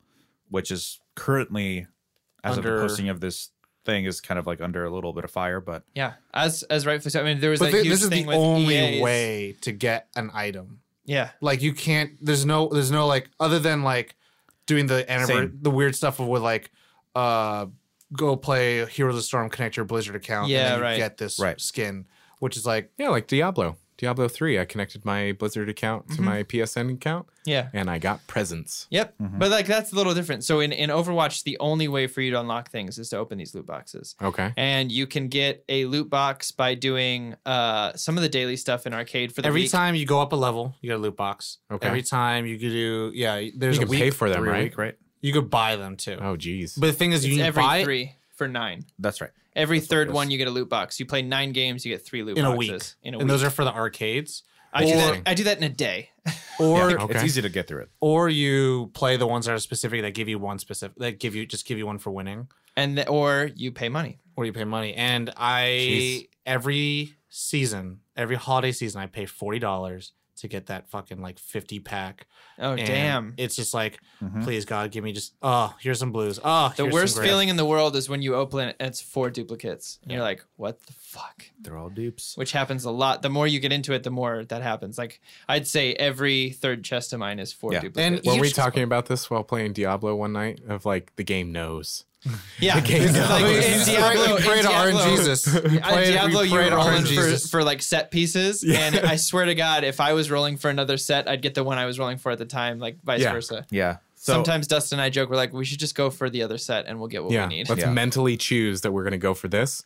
S2: which is currently as of
S1: Under-
S2: the posting of this thing is kind of like under a little bit of fire, but
S4: yeah, as as rightfully so. I mean, there was
S1: but
S4: that
S1: thi-
S4: huge
S1: this is
S4: thing
S1: the
S4: with E
S1: only
S4: EA's
S1: way to get an item.
S4: Yeah,
S1: like you can't there's no there's no like other than like doing the anniver-
S2: Same.
S1: the weird stuff with like uh go play Heroes of the Storm connect your Blizzard account
S4: Yeah,
S1: and then you
S4: right.
S1: get this
S2: Right.
S1: skin which is like
S5: yeah, like Diablo. Diablo 3, I connected my Blizzard account to my PSN account
S4: Yeah.
S5: and I got presents.
S4: Yep. But like that's a little different. So in, in Overwatch, the only way for you to unlock things is to open these loot boxes.
S5: Okay.
S4: And you can get a loot box by doing uh, some of the daily stuff in arcade for the
S1: Every
S4: week.
S1: time you go up a level, you get a loot box.
S5: Okay.
S1: Every time you could do, yeah, there's
S5: You
S1: a
S5: can
S1: week,
S5: pay for them,
S1: three
S5: right?
S1: week.
S2: right?
S1: You could buy them too.
S5: Oh, geez.
S1: But the thing is,
S4: It's
S1: you
S4: every
S1: buy it
S4: three for nine.
S2: That's right.
S4: Every third
S2: is.
S4: one you get a loot box. You play nine games, you get three loot
S1: in a week,
S4: boxes in a
S1: and
S4: week.
S1: those are for the arcades.
S4: I do that.
S5: Interesting.
S4: I do that in a day.
S1: Or
S2: yeah, it's
S5: Okay.
S2: easy to get through it.
S1: or you play the ones that are specific that give you one specific that give you just give you one for winning
S4: and th- or you pay money.
S1: or you pay money and i
S5: Jeez.
S1: every season every holiday season i pay $40 to get that fucking like 50 pack
S4: Oh
S1: And
S4: damn!
S1: it's just like
S2: Mhm.
S1: please god give me just oh here's some blues oh
S4: The
S1: here's some
S4: worst
S1: grays.
S4: feeling in the world is when you open it and it's four duplicates. And You're like, what the fuck?
S2: They're all dupes.
S4: Which happens a lot. The more you get into it, the more that happens. Like I'd say every third chest of mine is four
S2: Yeah.
S1: And
S4: duplicates.
S5: Were we
S1: each-
S5: talking about this while playing Diablo one night? Of like, the game knows.
S4: yeah,
S5: game
S4: <laughs> It's
S5: knows.
S4: like,
S1: You
S4: in
S1: just
S4: Diablo,
S1: pray
S4: in
S1: to
S4: Diablo,
S1: RNG
S4: <laughs>
S1: Jesus. You <laughs>
S4: I-
S1: pray to- you
S4: Diablo, you
S1: pray
S4: were
S1: to
S4: rolling for,
S1: RNGesus.
S4: for like set pieces, and I swear to God, if I was rolling for another set, I'd get the one I was rolling for at the time, like vice
S5: Yeah.
S4: versa.
S2: Yeah. So
S4: Sometimes Dustin and I joke, we're like, we should just go for the other set, and we'll get what
S5: yeah.
S4: we need.
S5: Let's
S2: Yeah.
S5: mentally choose that we're going to go for this.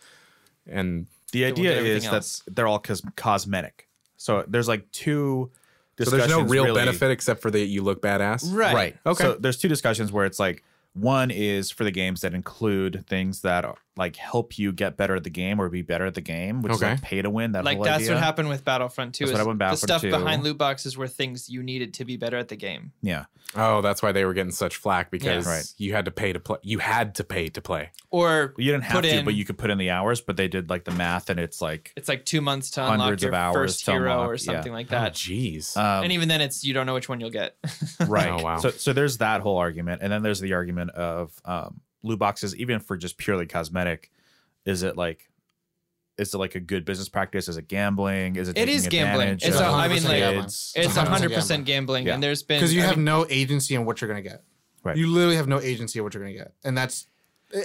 S5: And
S2: the
S4: we'll do
S2: idea
S4: everything
S2: is
S4: else.
S2: that they're all cos- cosmetic. So there's like two.
S5: so there's no
S2: discussions
S5: real
S2: really-
S5: benefit except for that you look badass.
S4: Right.
S5: Okay.
S2: So there's two discussions where it's like one is for the games that include things that like help you get better at the game or be better at the game, which
S5: Okay.
S2: is like pay to win. That
S4: <laughs> like
S2: whole
S4: that's
S2: idea.
S4: what happened with Battlefront 2
S2: That's
S4: is
S2: what happened with
S4: the
S2: Battlefront
S4: stuff
S2: 2.
S4: behind loot boxes were things you needed to be better at the game.
S2: Yeah.
S5: Oh, that's why they were getting such flack because
S2: Right.
S5: you had to pay to play. You had to pay to play.
S4: Or
S2: You didn't have
S4: put
S2: to,
S4: in-
S2: but you could put in the hours. But they did like the math, and it's like
S4: it's like 2 months to unlock
S2: Hundreds
S4: your
S2: of hours
S4: first
S2: to
S4: hero
S2: unlock,
S4: or
S2: yeah.
S4: something like
S5: Oh,
S4: that.
S2: <laughs>
S5: jeez.
S2: um,
S4: and even then it's you don't know which one you'll get. <laughs>
S2: right.
S5: Oh, wow.
S2: So so there's that whole argument, and then there's the argument of um, loot boxes, even for just purely cosmetic. Is it like? Is it like a good business practice? Is it gambling? Is it?
S4: It
S2: taking
S4: is gambling.
S2: advantage
S4: It's
S1: a
S2: of
S1: hundred
S2: kids?
S1: percent gambling. a hundred percent
S4: it's 100% gambling,
S2: Yeah.
S4: and there's been
S1: because you
S4: I
S1: have
S4: mean,
S1: no agency in what you're gonna get.
S2: Right.
S1: You literally have no agency in what you're gonna get, and that's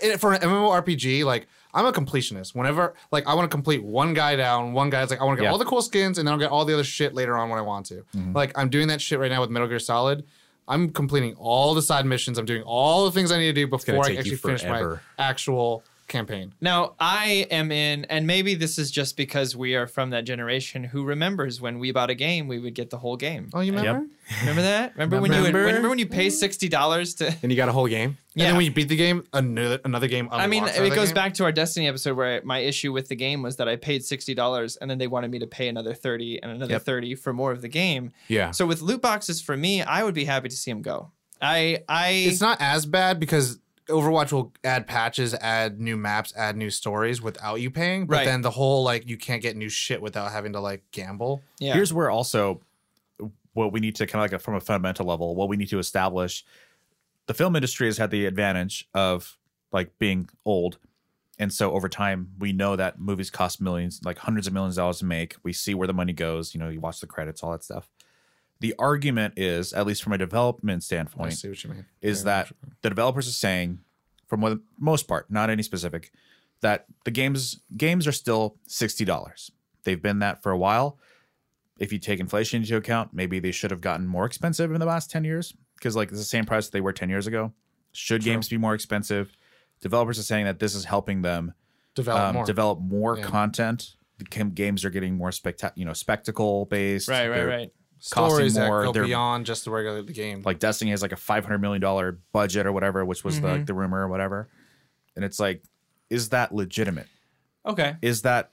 S1: and for an MMORPG. Like I'm a completionist. Whenever like I want to complete one guy down, one guy's like I want to get
S2: Yeah.
S1: all the cool skins, and then I'll get all the other shit later on when I want to. Like I'm doing that shit right now with Metal Gear Solid. I'm completing all the side missions. I'm doing all the things I need to do before I
S5: take you
S1: actually finish my
S5: forever.
S1: actual campaign.
S4: now I am in and maybe this is just because we are from that generation who remembers when we bought a game we would get the whole game.
S1: Oh, Mm-hmm. you
S2: Yep.
S1: remember?
S4: Remember that? Remember, when you would,
S5: Remember?
S4: remember when you pay $60 to
S5: and you got a whole game.
S1: And then when you beat the game, another another game.
S4: <laughs> I mean,
S1: unlocks the
S4: it
S1: other
S4: goes
S1: game.
S4: back to our Destiny episode where I, my issue with the game was that I paid sixty dollars, and then they wanted me to pay another thirty and another
S2: Yep.
S4: thirty for more of the game.
S5: Yeah.
S4: So with loot boxes, for me, I would be happy to see them go. I, I,
S1: It's not as bad because Overwatch will add patches, add new maps, add new stories without you paying. But
S4: Right.
S1: then the whole like you can't get new shit without having to like gamble.
S4: yeah.
S2: here's where also what we need to kind of like from a fundamental level what we need to establish the film industry has had the advantage of like being old and so over time we know that movies cost millions like hundreds of millions of dollars to make we see where the money goes you know you watch the credits all that stuff the argument is at least from a development
S1: I
S2: standpoint
S1: see what you mean.
S2: is
S1: Yeah.
S2: that the developers are saying, from the most part, not any specific, that the games games are still sixty dollars. They've been that for a while. If you take inflation into account, maybe they should have gotten more expensive in the last ten years because like it's the same price that they were ten years ago. Should games be more expensive? Developers are saying that this is helping them
S1: develop
S2: um,
S1: more?
S2: develop more
S1: Yeah.
S2: content. The game- games are getting more spectac you know, spectacle based.
S4: right, right, right.
S2: costing
S1: stories that
S2: more,
S1: go
S2: they're-
S1: beyond just the regular the game.
S2: like Destiny has like a five hundred million dollar budget or whatever, which was the the rumor or whatever. And it's like, is that legitimate?
S4: Okay.
S2: Is that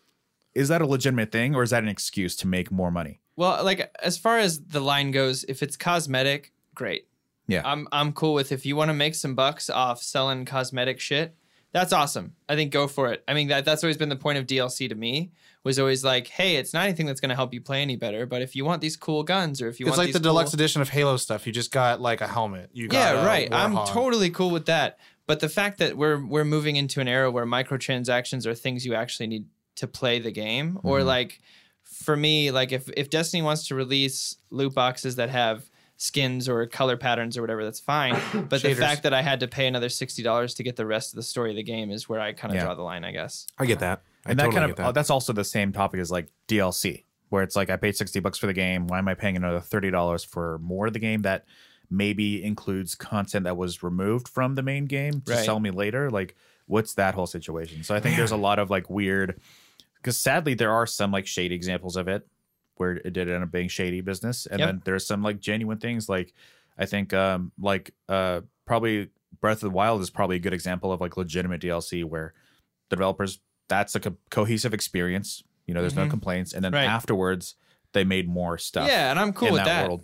S2: is that a legitimate thing, or is that an excuse to make more money?
S4: Well, like as far as the line goes, if it's cosmetic, great.
S2: Yeah.
S4: I'm I'm cool with if you want to make some bucks off selling cosmetic shit. That's awesome. I think go for it. I mean that that's always been the point of DLC to me was always like, hey, it's not anything that's going to help you play any better, but if you want these cool guns or if you
S1: it's
S4: want
S1: like
S4: these
S1: the
S4: cool-
S1: deluxe edition of Halo stuff. You just got like a helmet. You got
S2: uh,
S4: yeah,
S1: a
S4: right. I'm
S1: Warhog.
S4: totally cool with that. But the fact that we're we're moving into an era where microtransactions are things you actually need to play the game, or
S2: Mm-hmm.
S4: like for me, like if if Destiny wants to release loot boxes that have skins or color patterns or whatever,
S2: <coughs>
S4: that's fine. But the
S1: Shaders.
S4: fact that I had to pay another sixty dollars to get the rest of the story of the game is where I kind of
S2: Yeah.
S4: draw the line, I guess.
S5: I get that. I
S2: And that
S5: totally
S2: kind of oh, uh,
S5: get that.
S2: that's also the same topic as like DLC. where it's like I paid 60 bucks for the game, why am I paying another $30 for more of the game that maybe includes content that was removed from the main game to
S4: Right.
S2: sell me later? Like what's that whole situation? So I think there's a lot of like weird cuz sadly there are some like shady examples of it where it did end up being shady business and
S4: Yep.
S2: then there's some like genuine things like I think um like uh probably Breath of the Wild is probably a good example of like legitimate DLC where the developers that's a co- cohesive experience. You know, there's no
S4: Mhm.
S2: complaints, and then
S4: Right.
S2: afterwards they made more stuff.
S4: Yeah, and I'm cool
S2: in
S4: with that.
S2: world.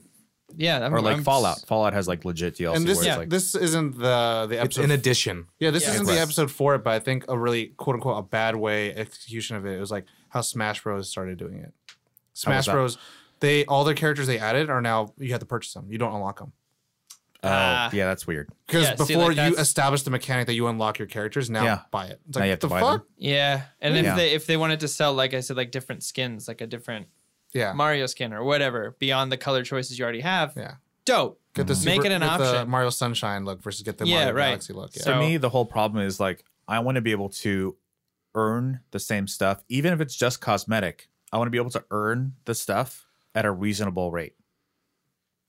S4: Yeah, I'm,
S2: or like
S4: I'm-
S2: Fallout. Fallout has like legit DLC.
S1: and this
S2: where
S1: yeah,
S2: it's like,
S1: this isn't the the
S5: It's
S1: episode.
S5: an addition.
S1: yeah, this
S4: Yeah.
S1: isn't
S2: Right.
S1: the episode for it, but I think a really quote unquote a bad way execution of it. It was like how Smash Bros started doing it. Smash
S2: that?
S1: Bros. They all their characters they added are now you have to purchase them. You don't unlock them
S2: oh,
S4: Ah.
S2: yeah, that's weird.
S1: because
S4: Yeah, see, like,
S1: before you
S4: that's-
S1: establish the mechanic that you unlock your characters, now
S2: Yeah.
S1: buy it. It's
S2: Now
S1: like
S2: you have
S1: what
S2: to
S1: the
S2: buy
S1: fuck?
S2: them.
S4: Yeah, and if
S2: Yeah.
S4: they if they wanted to sell, like I said, like different skins, like a different
S1: Yeah,
S4: Mario skin or whatever, beyond the color choices you already have,
S1: yeah.
S4: dope.
S1: Get the
S4: Mhm.
S1: super,
S4: Make it an
S1: get the
S4: option.
S1: Mario Sunshine look versus get the
S4: Yeah,
S1: Mario
S4: right.
S1: Galaxy look. Yeah.
S4: So-
S2: For me, the whole problem is like I want to be able to earn the same stuff, even if it's just cosmetic. I want to be able to earn the stuff at a reasonable rate.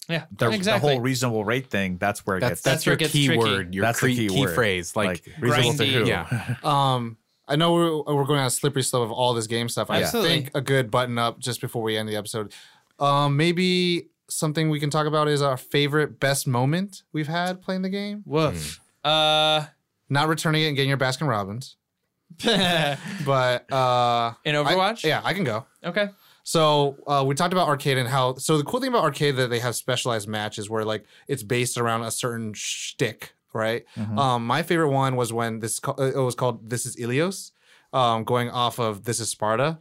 S4: Yeah,
S2: The, the
S4: exactly.
S2: whole reasonable rate thing, that's where it
S5: That's that's,
S2: gets
S4: that's where
S5: your
S4: it gets
S5: key
S4: tricky.
S5: word, your
S2: That's the
S5: cre-
S2: key
S5: key,
S2: word.
S5: phrase. Like,
S2: reasonable to
S4: grindy.
S2: who?
S5: Yeah.
S1: Um, I know we're, we're going on a slippery slope of all this game stuff. I
S4: Absolutely.
S1: think a good button up just before we end the episode. Um, maybe something we can talk about is our favorite best moment we've had playing the game.
S4: Woof.
S1: Mm.
S4: Uh, <laughs>
S1: Not returning it and getting your Baskin Robbins,
S4: in
S1: but uh, I-
S4: Overwatch.
S1: yeah, I can go.
S4: Okay.
S1: So uh, we talked about arcade and how. So the cool thing about arcade that they have specialized matches where like it's based around a certain shtick, right?
S2: Mhm.
S1: Um, my favorite one was when this ca- uh, it was called "This Is Ilios," um, going off of "This Is Sparta,"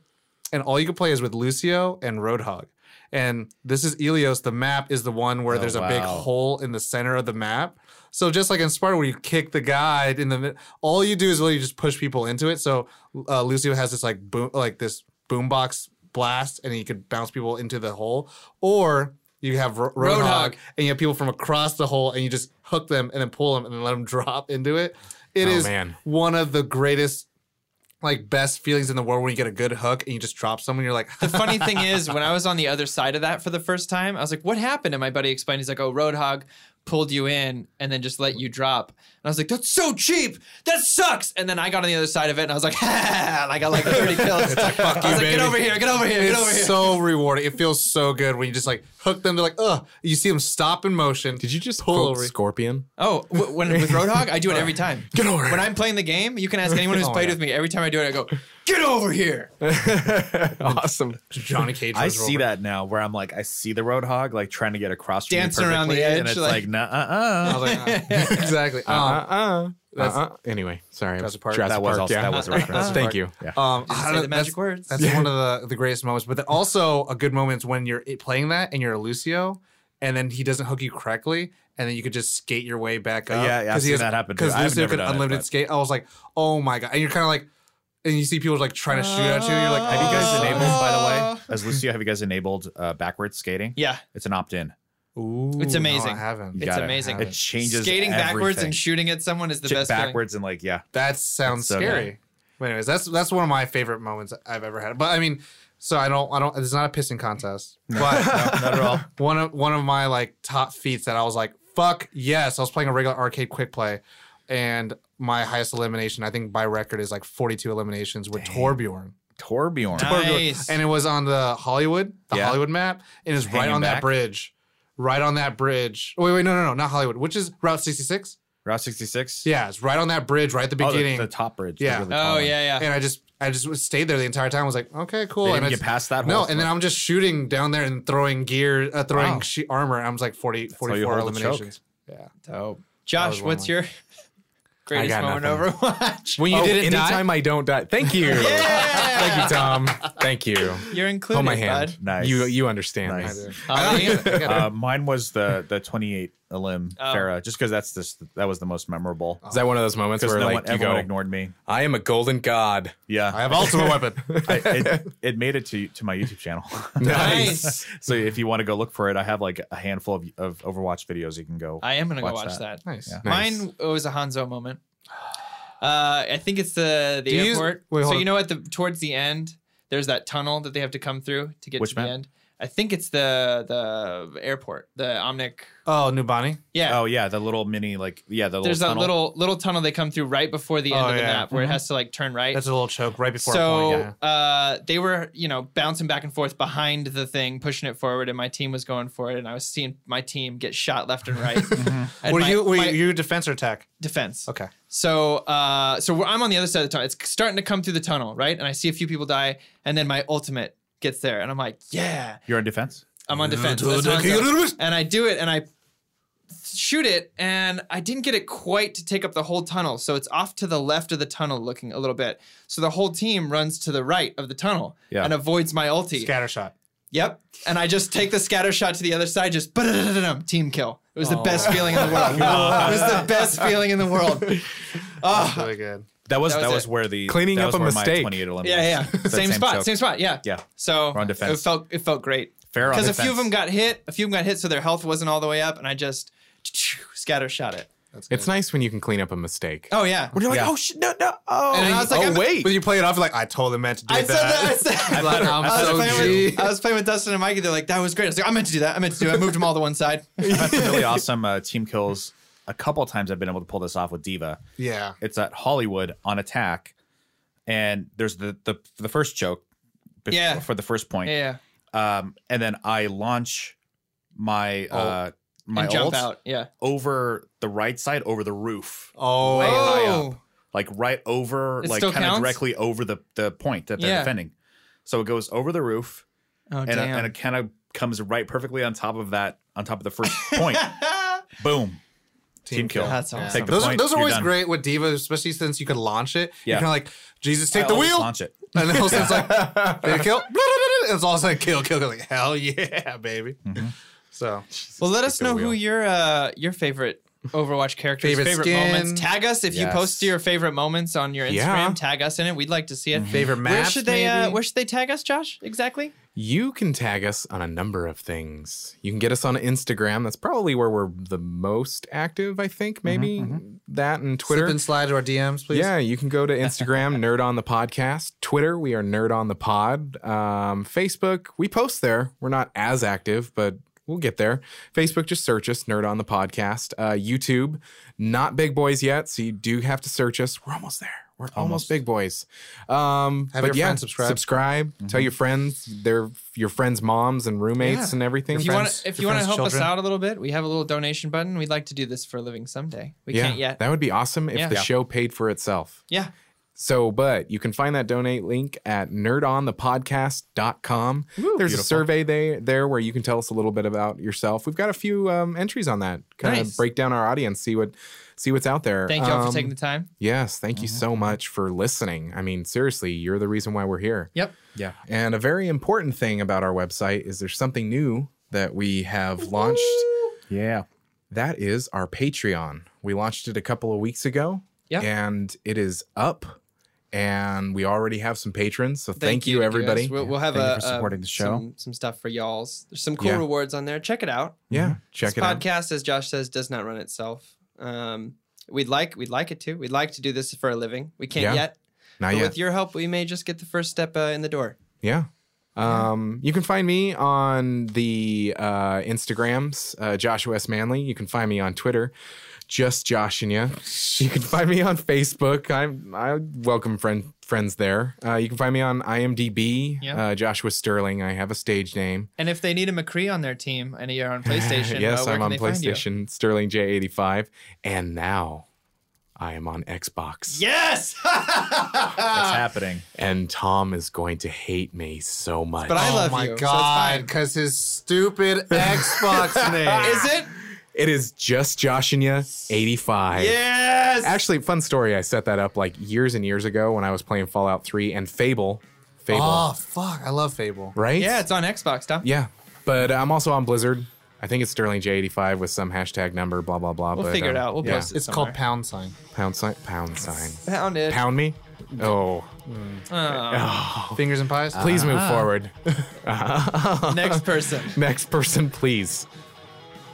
S1: and all you could play is with Lucio and Roadhog. And this is Ilios. The map is the one where
S2: Oh,
S1: there's a big
S2: wow.
S1: hole in the center of the map. So just like in Sparta, where you kick the guy in the mid- all you do is really just push people into it. So uh, Lucio has this like boom, like this boombox blast, and he could bounce people into the hole. Or you have Ro- Roadhog,
S4: Roadhog.
S1: and you have people from across the hole, and you just hook them and then pull them and then let them <laughs> drop into it. It
S5: Oh,
S1: is
S5: man.
S1: one of the greatest, like best feelings in the world when you get a good hook and you just drop someone. You're like, <laughs>
S4: The funny thing is, when I was on the other side of that for the first time, I was like, "What happened?" And my buddy explained, he's like, "Oh, Roadhog pulled you in and then just let you drop." And I was like, "That's so cheap. That sucks." And then I got on the other side of it, and I was like, <laughs> "Like I
S1: <laughs>
S4: like 30 kills." I was
S1: you,
S4: like, "Get
S1: baby."
S4: over here! Get over here! Get over
S1: It's
S4: here!"
S1: so rewarding. It feels so good when you just like hook them. They're like, ugh. You see them stop in motion.
S5: Did you just
S1: Pull
S5: quote
S1: over.
S5: <laughs> Scorpion?
S4: Oh, w- when with Roadhog, I do it every time.
S5: Get over
S4: When I'm playing the game, you can ask anyone who's
S1: Oh,
S4: played
S1: yeah.
S4: with me. Every time I do it, I go, "Get over here!"
S5: awesome.
S1: Johnny Cage?
S2: I
S1: runs
S2: see
S1: over.
S2: that now where I'm like, I see the roadhog like trying to get across from me
S4: Dancing around the
S2: perfectly,
S4: edge,
S2: And it's
S4: like-
S2: like, nah, uh,
S1: I
S2: <laughs>
S1: was like, uh, exactly.
S5: Uh
S2: Uh-huh.
S1: Um,
S5: uh.
S1: That's-
S5: uh-uh. Anyway, sorry.
S1: Jurassic Park.
S5: Jurassic
S2: That was
S5: Park,
S2: also-
S5: yeah.
S2: that <laughs> was a reference.
S5: Thank you.
S1: um, I
S4: Just say
S1: don't know,
S4: the
S1: that's-
S4: magic words.
S1: That's one of the, the greatest moments. But then also a good moment is when you're i- playing that and you're a Lucio, and then he doesn't hook you correctly, and then you could just skate your way back up.
S2: Yeah, yeah, I've seen that happen too.
S1: Because
S2: I haven't
S1: Lucio
S2: never
S1: could
S2: done it,
S1: unlimited
S2: but-
S1: skate. I was like, oh my god! And you're kind of like, and you see people like trying to shoot at you. You're like,
S2: Have you guys
S4: Uh,
S2: enabled, by the way? As Lucio, have you guys enabled uh, backwards skating?
S4: Yeah,
S2: It's an opt in.
S1: Ooh,
S4: It's
S1: no,
S4: amazing.
S1: I haven't.
S4: It's
S2: gotta
S4: amazing.
S1: have
S2: It changes
S4: skating backwards
S2: everything.
S4: and shooting at someone is the
S2: Shit
S4: best. feeling.
S2: backwards and like, yeah.
S1: That sounds
S2: It's so
S1: scary.
S2: good.
S1: But anyways, that's that's one of my favorite moments I've ever had. But I mean, so I don't I don't it's not a pissing contest. But
S2: <laughs> Not at all.
S1: one of one of my like top feats that I was like, fuck yes. I was playing a regular arcade quick play and my highest elimination, I think by record, is like 42 eliminations with Torbjorn.
S2: Torbjorn.
S4: Nice. Nice.
S1: And it was on the Hollywood, the
S2: Yeah.
S1: Hollywood map, and it's right
S2: Hanging
S1: on that
S2: back.
S1: bridge. Right on that bridge. Oh, wait, wait, no, no, no, not Hollywood, which is Route 66.
S2: Route 66?
S1: Yeah, it's right on that bridge, right at the
S2: Oh, the-
S1: beginning.
S2: the, top bridge. the
S1: Yeah.
S2: really tall
S4: Oh
S2: one.
S4: yeah, yeah.
S1: and I just I just stayed there the entire time. I was like, okay,
S2: They
S1: cool.
S2: didn't
S1: and I
S2: get
S1: just-
S2: past that
S1: no,
S2: whole-
S1: and then I'm just shooting down there and throwing gear, uh, throwing
S2: Wow.
S1: she- armor. I was like 40,
S2: how you
S1: 44
S2: hold the choke.
S1: eliminations. Yeah.
S4: Dope.
S1: That
S4: Josh,
S1: was one
S4: what's
S1: of
S4: your <laughs> greatest
S5: got
S4: moment
S5: nothing.
S4: Overwatch?
S5: When you
S4: Oh,
S5: didn't anytime I don't die. Thank you. Thank you, Tom. Thank you.
S4: you're included,
S5: Hold my hand.
S2: Nice.
S5: You you understand.
S2: Nice.
S5: this.
S4: bud. I'll let
S2: <laughs>
S4: you-
S2: Uh, mine was the the 28 Elim
S4: Oh.
S2: Farah, just because that's this that was the most memorable.
S5: Is that one of those moments
S2: Because
S5: where
S2: no
S5: like
S2: one,
S5: you
S2: everyone
S5: go,
S2: ignored me.
S5: I am a golden god.
S2: Yeah,
S1: I have ultimate
S5: <laughs>
S1: weapon.
S2: <laughs> I, it, it made it to to my YouTube channel. <laughs>
S4: Nice.
S2: so if you want to go look for it, I have like a handful of, of Overwatch videos you can go.
S4: I am gonna go
S2: Watch
S4: watch that.
S1: Nice.
S2: Yeah.
S5: Nice.
S4: Mine was a Hanzo moment. <sighs> Uh, I think it's the the
S1: Do you use-
S4: airport.
S1: wait, hold
S4: so you
S1: on.
S4: know at the towards the end, there's that tunnel that they have to come through to get
S2: Which
S4: to the
S2: map?
S4: end. I think it's the the airport, the Omnic.
S1: Oh, New Bonnie.
S4: Yeah,
S2: Oh yeah, the little mini like yeah, the little
S4: there's that
S2: tunnel.
S4: little little tunnel they come through right before the end
S1: Oh,
S4: of the
S1: yeah.
S4: map where it has to like turn right.
S1: That's a little choke right before.
S4: so
S1: a point,
S4: uh, they were, you know, bouncing back and forth behind the thing, pushing it forward, and my team was going for it, and I was seeing my team get shot left and
S1: <laughs>
S4: right.
S1: yeah. Mm-hmm.
S4: And
S1: Were
S4: my-
S1: you were
S4: my
S1: you defense or attack?
S4: defense?
S1: Okay.
S4: So, uh, so we're- I'm on the other side of the tunnel. It's starting to come through the tunnel, right? And I see a few people die, and then my ultimate gets there, and I'm like, yeah,
S2: You're in defense.
S4: I'm on defense. That's awesome. And I do it, and I shoot it, and I didn't get it quite to take up the whole tunnel, so it's off to the left of the tunnel, looking a little bit. So the whole team runs to the right of the tunnel
S2: Yeah.
S4: and avoids my ulti.
S1: Scatter shot.
S4: Yep. And I just take the scatter shot to the other side, just ba-da-da-da-dum, team kill. It was the best feeling in the world. it was the best feeling in the world.
S1: That's <coughs> really good.
S2: That was
S4: That
S2: that
S4: was
S2: was,
S4: it.
S2: where the
S5: Cleaning
S2: that was
S5: up a
S2: where My
S5: mistake.
S2: 28 Olympics.
S4: Yeah, yeah.
S2: That
S4: Same, spot,
S2: choke.
S4: same spot. Yeah.
S2: Yeah.
S4: So
S2: We're on defense.
S4: it felt it felt great.
S2: Fair on
S4: Because a few of
S2: defense.
S4: them got hit, a few of them got hit, so their health wasn't all the way up, and I just scatter shot it.
S5: It's nice when you can clean up a mistake.
S4: Oh yeah.
S2: You're like,
S5: Yeah.
S2: oh shit, no, no. Oh,
S4: And I was like,
S5: oh
S4: I'm-
S5: wait,
S1: But you play it off like I totally meant to do
S4: I
S1: that.
S4: said that. I said
S2: I put her-
S5: I'm
S2: I
S4: I was,
S5: so
S2: put her-
S4: playing
S5: G.
S4: with, I was playing with Dustin and Mikey. They're like, "That was great." I was like, "I meant to do that. I meant to do. It. I moved them all to
S2: <laughs>
S4: one side."
S2: I've had some
S4: <laughs>
S2: really awesome uh, team kills. A couple times I've been able to pull this off with Diva.
S1: <laughs> Yeah.
S2: It's at Hollywood on attack, and there's the the, the first choke. bef-
S4: Yeah.
S2: For the first point,
S4: Yeah,
S2: um, and then I launch my uh, my
S4: and jump
S2: ult
S4: out. Yeah.
S2: over the right side over the roof,
S1: Oh.
S2: Way high up.
S4: Oh,
S2: like right over,
S4: It
S2: like
S4: still
S2: kind of
S4: counts?
S2: directly over the the point that they're
S4: Yeah.
S2: defending. So it goes over the roof,
S4: oh
S2: and, it-
S4: damn.
S2: and it kind of comes right perfectly on top of that, on top of the
S4: <laughs>
S2: first point. Boom. Team, kill.
S4: That's awesome.
S2: Take the
S1: Those,
S2: point,
S1: are, those are
S2: you're
S1: always
S2: done.
S1: great with Diva, especially since you could launch it.
S2: Yeah.
S1: You're kind of like, Jesus, take
S2: I
S1: the
S2: always
S1: wheel.
S2: Launch it.
S1: And then all of a sudden it's like,
S2: <laughs>
S1: did it kill? And it's all of a sudden kill, kill, kill. Like, hell yeah, baby.
S2: Mm-hmm.
S1: So,
S4: Well, let us
S2: Take a
S4: know who
S2: wheel.
S4: your uh, your favorite Overwatch characters, favorite,
S1: Favorite skin.
S4: moments. Tag us if you
S2: Yes.
S4: post your favorite moments on your Instagram.
S5: Yeah.
S4: Tag us in it. We'd like to see it.
S1: Mm-hmm. favorite match.
S4: where should they uh, Where should they tag us, Josh? Exactly.
S5: You can tag us on a number of things. You can get us on Instagram. That's probably where we're the most active, I think. Maybe that and
S1: Twitter?
S5: Twitter.
S1: Slip and slide to our DMs, please. <laughs>
S5: Yeah, you can go to Instagram, Nerd on the Podcast. Twitter, we are Nerd on the Pod. Um, Facebook, we post there. We're not as active, but we'll get there. Facebook, just search us, Nerd on the Podcast. Uh, YouTube, not big boys yet, so you do have to search us. We're almost there. We're almost, big boys. Um,
S1: Have
S5: but
S1: your
S5: yeah,
S1: friends subscribe.
S5: Subscribe. Tell your friends, their your friends' moms and roommates
S1: Yeah.
S5: and everything.
S4: If you want,
S1: friends-
S4: if
S1: your
S4: you want to
S1: friends'
S4: help us
S1: children.
S4: out a little bit, we have a little donation button. We'd like to do this for a living someday. We
S5: yeah,
S4: can't yet.
S5: that would be awesome if
S4: Yeah.
S5: the
S4: Yeah.
S5: show paid for itself.
S4: yeah.
S5: So, but you can find that donate link at nerdonthepodcast.com. There's a
S2: Beautiful.
S5: survey there, there where you can tell us a little bit about yourself. We've got a few um, entries on that. Kind
S4: Nice.
S5: of break down our audience, see what see what's out there.
S4: Thank you all
S5: Um,
S4: for taking the Uh-huh. time.
S5: Yes, thank you so much for listening. I mean, seriously, you're the reason why we're here.
S4: Yep.
S2: Yeah.
S5: And a very important thing about our website is there's something new that we have launched.
S2: Yeah.
S5: That is our Patreon. We launched it a couple of weeks ago.
S4: Yeah.
S5: And it is up. And we already have some patrons. So thank,
S4: to
S5: you, everybody.
S4: guys. We'll, we'll have
S2: Thank you
S4: a,
S2: for
S4: a-
S2: supporting the show.
S4: Some, some stuff for y'all's. There's some cool
S5: Yeah.
S4: rewards on there. Check it out.
S5: yeah.
S4: Mm-hmm.
S5: Check
S4: this
S5: it out.
S4: podcast, as Josh says, does not run itself. Um, we'd like we'd like it to. We'd like to do this for a living. We can't
S5: Yeah.
S4: yet,
S5: Not
S4: but
S5: yet.
S4: with your help, we may just get the first step uh, in the door.
S5: yeah. Um, you can find me on the uh, Instagrams, uh, Joshua S. Manley. You can find me on Twitter, just Josh and ya. You can find me on Facebook. I'm I welcome friend friends there. Uh, you can find me on IMDb,
S4: Yeah.
S5: uh, Joshua Sterling. I have a stage name.
S4: And if they need a McCree on their team and you're on PlayStation, uh,
S5: <laughs> yes,
S4: where
S5: I'm
S4: can
S5: on
S4: they find you?
S5: PlayStation Sterling J85, and now I am on Xbox.
S4: Yes,
S2: It's
S1: Ah.
S2: happening.
S5: And Tom is going to hate me so much.
S4: but I
S1: Oh
S4: love
S1: my
S4: you. so it's
S1: God.
S4: fine.
S1: Because his
S5: <laughs>
S1: stupid Xbox name.
S4: is it?
S5: it is just Josh and ya 85.
S4: Yes.
S5: Actually, fun story. I set that up like years and years ago when I was playing Fallout 3 and Fable. Fable,
S1: Oh, fuck. I love Fable.
S5: right?
S4: Ah, yeah, it's on Xbox, Tom.
S5: yeah. But I'm also on Blizzard. I think it's Sterling J85 with some hashtag number, blah blah blah.
S4: We'll
S5: but,
S4: figure it
S5: uh,
S4: out. We'll
S5: yeah.
S4: post it.
S1: It's called Pound Sign.
S5: pound sign. Pound sign.
S4: Pound it.
S5: Pound me. Oh,
S4: Oh,
S1: Fingers and Pies.
S5: please
S4: Ah.
S5: move
S4: <laughs>
S5: forward.
S4: next person.
S5: Next person, please.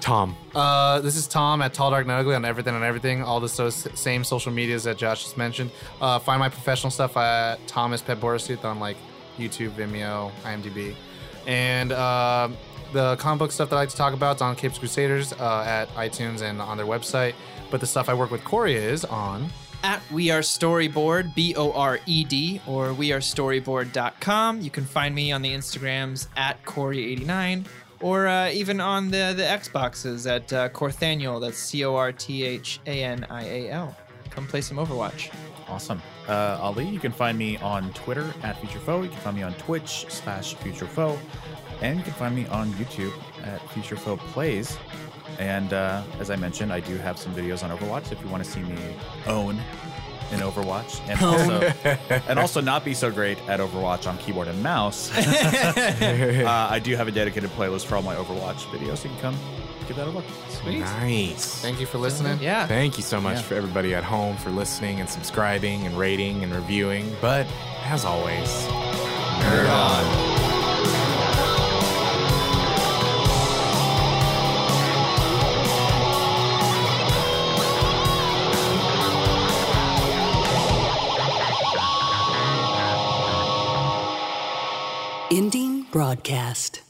S5: Tom.
S1: Uh, this is Tom at Tall Dark and Ugly on everything and everything. All the so- same social medias that Josh just mentioned. Uh, find my professional stuff at Thomas Pet Borisuth on like YouTube, Vimeo, IMDb. And um the comic book stuff that I like to talk about is on Capes Crusaders uh, at iTunes and on their website. But the stuff I work with Corey is on.
S4: at We Are Storyboard, B O R E D, or We Are Storyboard.com. You can find me on the Instagrams at Corey89, or uh, even on the, the Xboxes at uh, Corthaniel, that's C O R T H A N I A L. Come play some Overwatch.
S2: Awesome. Uh, Ali, you can find me on Twitter at FutureFoe. You can find me on Twitch slash FutureFoe. And you can find me on YouTube at FutureFoe Plays. And uh, as I mentioned, I do have some videos on Overwatch if you want to see me own in Overwatch. And also, and also not be so great at Overwatch on keyboard and mouse. uh, I do have a dedicated playlist for all my Overwatch videos. So you can come give that a look.
S4: Sweet.
S5: Nice.
S1: Thank you for listening.
S4: Yeah.
S5: Thank you so much
S2: Yeah.
S5: for everybody at home for listening and subscribing and rating and reviewing. But as always, nerd on.
S3: Ending broadcast.